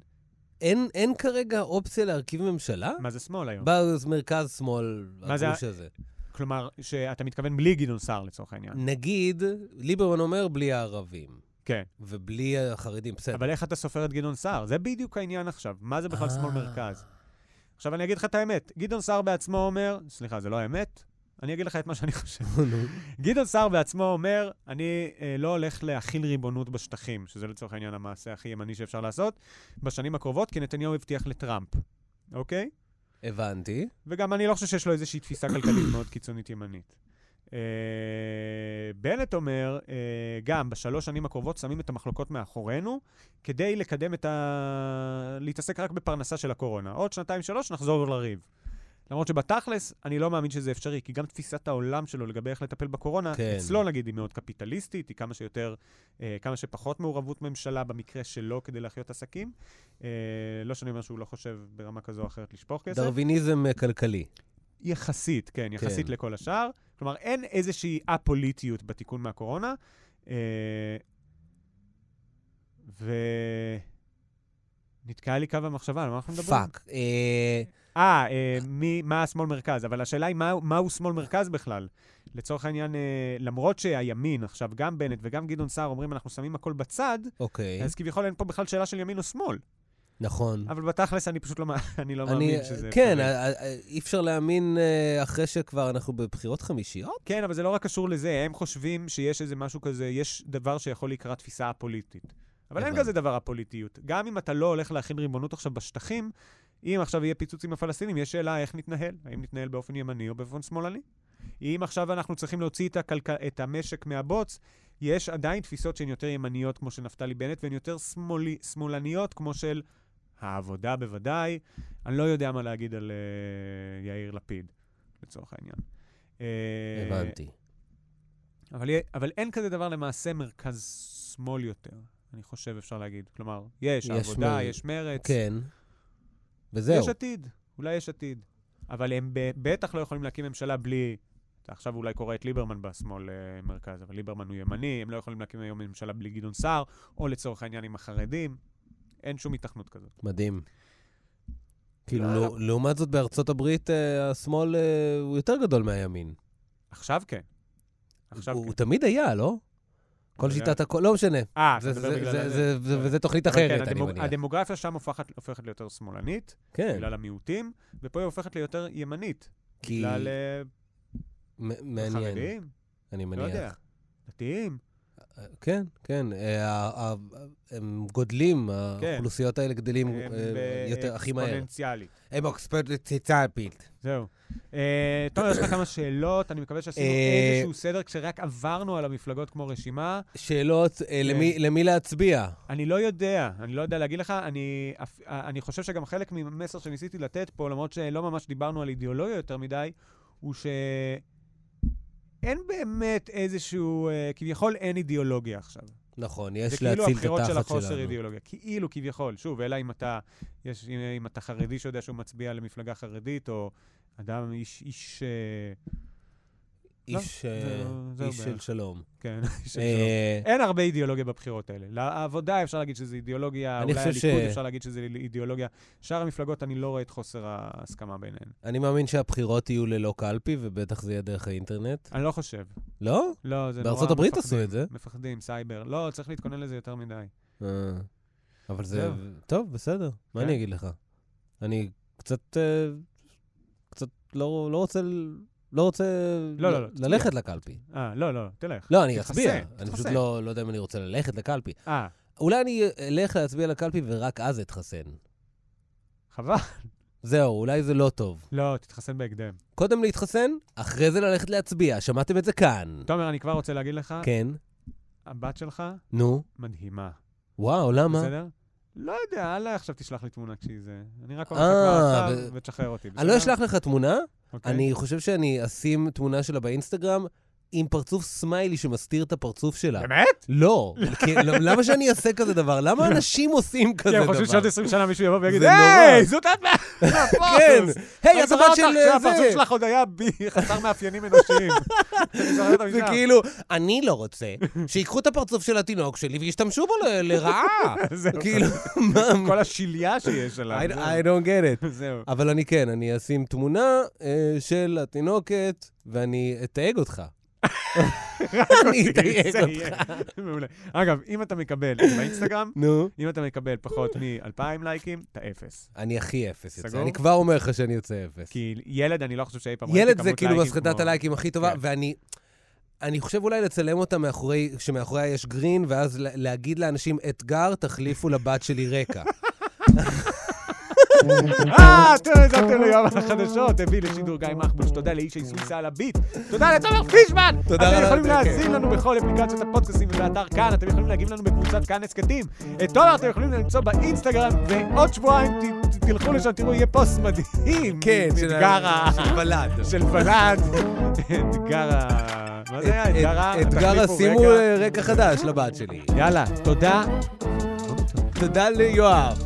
S3: אין, אין כרגע אופציה להרכיב ממשלה?
S2: מה זה שמאל היום?
S3: במרכז-שמאל,
S2: מה זה
S3: הגוש הזה.
S2: כלומר, שאתה מתכוון בלי גדעון סער לצורך העניין.
S3: נגיד, ליברמן אומר בלי הערבים.
S2: כן.
S3: ובלי החרדים, בסדר.
S2: אבל איך אתה סופר את גדעון סער? זה בדיוק העניין עכשיו. מה זה בכלל
S3: אה.
S2: שמאל מרכז? עכשיו אני אגיד לך את האמת. גדעון סער בעצמו אומר, סליחה, זה לא האמת? אני אגיד לך את מה שאני חושב.
S3: נו.
S2: גדעון סער בעצמו אומר, אני אה, לא הולך להכיל ריבונות בשטחים, שזה לצורך העניין המעשה הכי ימני שאפשר לעשות, בשנים הקרובות, כי נתניהו הבטיח לטראמפ, אוקיי?
S3: הבנתי.
S2: וגם אני לא חושב שיש לו איזושהי תפיסה כלכלית מאוד קיצונית ימנית. אה, בנט אומר, אה, גם בשלוש שנים הקרובות שמים את המחלוקות מאחורינו, כדי לקדם את ה... להתעסק רק בפרנסה של הקורונה. עוד שנתיים-שלוש נחזור לריב. למרות שבתכלס, אני לא מאמין שזה אפשרי, כי גם תפיסת העולם שלו לגבי איך לטפל בקורונה,
S3: כן.
S2: כן. אצלו נגיד היא מאוד קפיטליסטית, היא כמה שיותר, אה, כמה שפחות מעורבות ממשלה במקרה שלו כדי להחיות עסקים. אה, לא שאני אומר שהוא לא חושב ברמה כזו או אחרת לשפוך כסף.
S3: דרוויניזם אה, כלכלי.
S2: יחסית, כן, יחסית
S3: כן.
S2: לכל השאר. כלומר, אין איזושהי א-פוליטיות בתיקון מהקורונה. אה, ו... נתקע לי קו המחשבה, על מה אנחנו מדברים?
S3: פאק. אה,
S2: אה, אה, מי- מה השמאל מרכז, אבל השאלה היא מה- מהו שמאל מרכז בכלל. לצורך העניין, אה, למרות שהימין, עכשיו גם בנט וגם גדעון סער אומרים, אנחנו שמים הכל בצד,
S3: אוקיי,
S2: אז כביכול אין פה בכלל שאלה של ימין או שמאל.
S3: נכון.
S2: אבל בתכלס אני פשוט לא מא- אני לא
S3: אני,
S2: מאמין שזה...
S3: כן,
S2: אפשרי.
S3: אה, אה, אי אפשר להאמין אה, אחרי שכבר אנחנו בבחירות חמישיות?
S2: כן, אבל זה לא רק קשור לזה, הם חושבים שיש איזה משהו כזה, יש דבר שיכול להיקרא תפיסה א-פוליטית. אבל אין
S3: הבנתי.
S2: כזה דבר א-פוליטיות. גם אם אתה לא הולך להכין ריבונות עכשיו בשטחים, אם עכשיו יהיה פיצוץ עם הפלסטינים, יש שאלה איך נתנהל, האם נתנהל באופן ימני או באופן שמאלני. אם עכשיו אנחנו צריכים להוציא את, הכלכל... את המשק מהבוץ, יש עדיין תפיסות שהן יותר ימניות, כמו של נפתלי בנט, והן יותר שמאלי... שמאלניות, כמו של העבודה בוודאי. אני לא יודע מה להגיד על uh, יאיר לפיד, לצורך העניין. אה,
S3: הבנתי.
S2: אבל, יהיה- אבל אין כזה דבר למעשה מרכז שמאל יותר, אני חושב אפשר להגיד. כלומר, יש,
S3: יש
S2: יש עבודה,
S3: מ-
S2: יש מרץ,
S3: כן. וזהו.
S2: יש עתיד, אולי יש עתיד. אבל הם ב- בטח לא יכולים להקים ממשלה בלי... אתה עכשיו אולי קורא את ליברמן בשמאל אה, מרכז, אבל ליברמן הוא ימני, הם לא יכולים להקים היום ממשלה בלי גדעון סער, או לצורך העניין עם החרדים. אין שום היתכנות כזאת.
S3: מדהים. כאילו,
S2: לא,
S3: לא-
S2: לא.
S3: לעומת זאת, בארצות הברית אה, השמאל אה, הוא יותר גדול מהימין.
S2: עכשיו כן. עכשיו
S3: הוא
S2: כן.
S3: הוא תמיד היה, לא? כל
S2: היה.
S3: שיטת הכול, לא משנה.
S2: אה,
S3: זה-
S2: אתה מדבר
S3: זה-
S2: בגלל...
S3: זה-
S2: ה-
S3: זה- זה- וזה תוכנית
S2: אבל כן,
S3: אחרת, אני
S2: הדמו-
S3: מניח.
S2: הדמוגרפיה שם הופכת הופכת ליותר שמאלנית,
S3: כן,
S2: בגלל המיעוטים, ופה היא הופכת ליותר ימנית.
S3: כי...
S2: בגלל אה,
S3: מ- מעניין,
S2: חרדים,
S3: אני
S2: לא יודע,
S3: מניח.
S2: דתיים.
S3: כן, כן. אה, ה- ה- הם גודלים, האוכלוסיות האלה גדלים
S2: כן. הם
S3: אה,
S2: ב-
S3: יותר, הכי מהר.
S2: אקספוננציאלית.
S3: הם אקספרטיצלפית.
S2: זהו. אה, תומר, יש לך כמה שאלות, אני מקווה שעשינו
S3: אה,
S2: איזשהו סדר כשרק עברנו על המפלגות כמו רשימה.
S3: שאלות,
S2: כן.
S3: אה, למי- למי להצביע?
S2: אני לא יודע, אני לא יודע להגיד לך, אני, אפ- אני חושב שגם חלק מהמסר שניסיתי לתת פה, למרות שלא ממש דיברנו על אידיאולוגיה יותר מדי, הוא שאין באמת איזשהו, אה, כביכול אין אידיאולוגיה עכשיו.
S3: נכון,
S2: זה
S3: יש
S2: כאילו
S3: להציל את
S2: הבחירות של
S3: התחת
S2: החוסר
S3: שלנו.
S2: אידיאולוגיה. כאילו, כביכול. שוב, אלא אם אתה, יש, אם- אם אתה חרדי שיודע שהוא מצביע למפלגה חרדית, או אדם, איש, איש, אה, לא,
S3: איש אה,
S2: זהו- זהו
S3: איש של
S2: בערך.
S3: שלום.
S2: כן, איש שלו.
S3: אה,
S2: אין הרבה אידיאולוגיה בבחירות האלה. לעבודה אפשר להגיד שזה אידיאולוגיה,
S3: אני
S2: אולי
S3: חושב ש-
S2: הליכוד אפשר להגיד שזה אידיאולוגיה. שאר המפלגות, אני לא רואה את חוסר ההסכמה ביניהן.
S3: אני מאמין שהבחירות יהיו ללא קלפי, ובטח זה יהיה דרך האינטרנט.
S2: אני לא חושב.
S3: לא?
S2: לא, זה נורא
S3: בארצות הברית
S2: מפחדים.
S3: עשו את זה.
S2: מפחדים, סייבר. לא, צריך להתכונן לזה יותר מדי.
S3: אה, אבל זה...
S2: זהו.
S3: טוב, בסדר. מה
S2: כן.
S3: אני אגיד לך? אני קצת... אה, קצת לא לא רוצה... ל- לא רוצה
S2: לא,
S3: ל-
S2: לא, תצביע.
S3: ללכת לקלפי.
S2: אה, לא, לא, תלך.
S3: לא, אני
S2: תתחסן,
S3: אצביע. אני פשוט
S2: תתחסן.
S3: לא לא יודע אם אני רוצה ללכת לקלפי.
S2: אה,
S3: אולי אני אלך להצביע לקלפי ורק אז אתחסן.
S2: חבל.
S3: זהו, אולי זה לא טוב.
S2: לא, תתחסן בהקדם.
S3: קודם להתחסן, אחרי זה ללכת להצביע. שמעתם את זה כאן.
S2: תומר, אני כבר רוצה להגיד לך,
S3: כן,
S2: הבת שלך
S3: נו.
S2: מדהימה.
S3: וואו, למה?
S2: בסדר? לא יודע, אל עכשיו תשלח לי תמונה כשהיא זה. אני רק אומר לך כבר
S3: אה,
S2: עכשיו,
S3: ו-
S2: ותשחרר אותי.
S3: אני לא אשלח לך תמונה,
S2: אוקיי?
S3: אני חושב שאני אשים תמונה שלה באינסטגרם עם פרצוף סמיילי שמסתיר את הפרצוף שלה.
S2: באמת?
S3: לא. כי- לא, למה שאני אעשה כזה דבר? למה אנשים עושים כזה
S2: כי הם
S3: דבר?
S2: כן, חושבים שעוד 20 שנה מישהו יבוא ויגיד,
S3: זה נורא.
S2: היי, זאת את מה...
S3: כן.
S2: מהפוסט."
S3: היי,
S2: אני
S3: את
S2: זוכר
S3: הבת
S2: אותך
S3: של
S2: עכשיו,
S3: אה,
S2: הפרצוף
S3: זה.
S2: שלך עוד היה בי, חסר מאפיינים אנושיים. אני זוכר את
S3: זה
S2: המשנה.
S3: כאילו, אני לא רוצה שיקחו את הפרצוף של התינוק שלי וישתמשו בו ל- לרעה.
S2: זהו.
S3: כאילו, מה?
S2: כל השליה שיש עליו.
S3: I
S2: זהו.
S3: I don't get it.
S2: זהו.
S3: אבל אני כן, אני אשים תמונה אה, של התינוקת, ואני אתייג אותך. אני אתייג
S2: זה
S3: אותך.
S2: יהיה. מעולה. אגב, אם אתה מקבל באינסטגרם,
S3: נו.
S2: אם אתה מקבל פחות מ-2,000 לייקים, אתה אפס.
S3: אני הכי אפס יוצא.
S2: סגור?
S3: אני כבר אומר לך שאני יוצא אפס.
S2: כי ילד, אני לא חושב שאי פעם
S3: ילד זה
S2: כמות
S3: כאילו
S2: לייקים
S3: מסחטת
S2: כמו-
S3: הלייקים הכי טובה,
S2: כן.
S3: ואני... אני חושב אולי לצלם אותה מאחורי, שמאחוריה יש גרין, ואז לה- להגיד לאנשים, אתגר, תחליפו לבת שלי רקע.
S2: אה, אתם האזנתם ליום החדשות, הביא לשידור גיא מחבוש. תודה לאיש הייסוריסה על הביט. תודה לתומר פישמן!
S3: תודה רבה,
S2: אתם יכולים
S3: כן.
S2: להאזין לנו בכל אפליקציות הפודקאסים ובאתר כאן, אתם יכולים להגיב לנו בקבוצת כאן הסכתים. את תומר אתם יכולים למצוא באינסטגרם, ועוד שבועיים ת- ת- תלכו לשם, תראו, יהיה פוסט מדהים.
S3: כן, של ה-
S2: אתגר ה...
S3: של ולד.
S2: של ולד. אתגר ה... מה זה היה? אתגר ה...
S3: אתגר
S2: תחליפו
S3: השימו
S2: רקע.
S3: אה, רקע חדש לבת שלי.
S2: יאללה, תודה.
S3: תודה ליואב.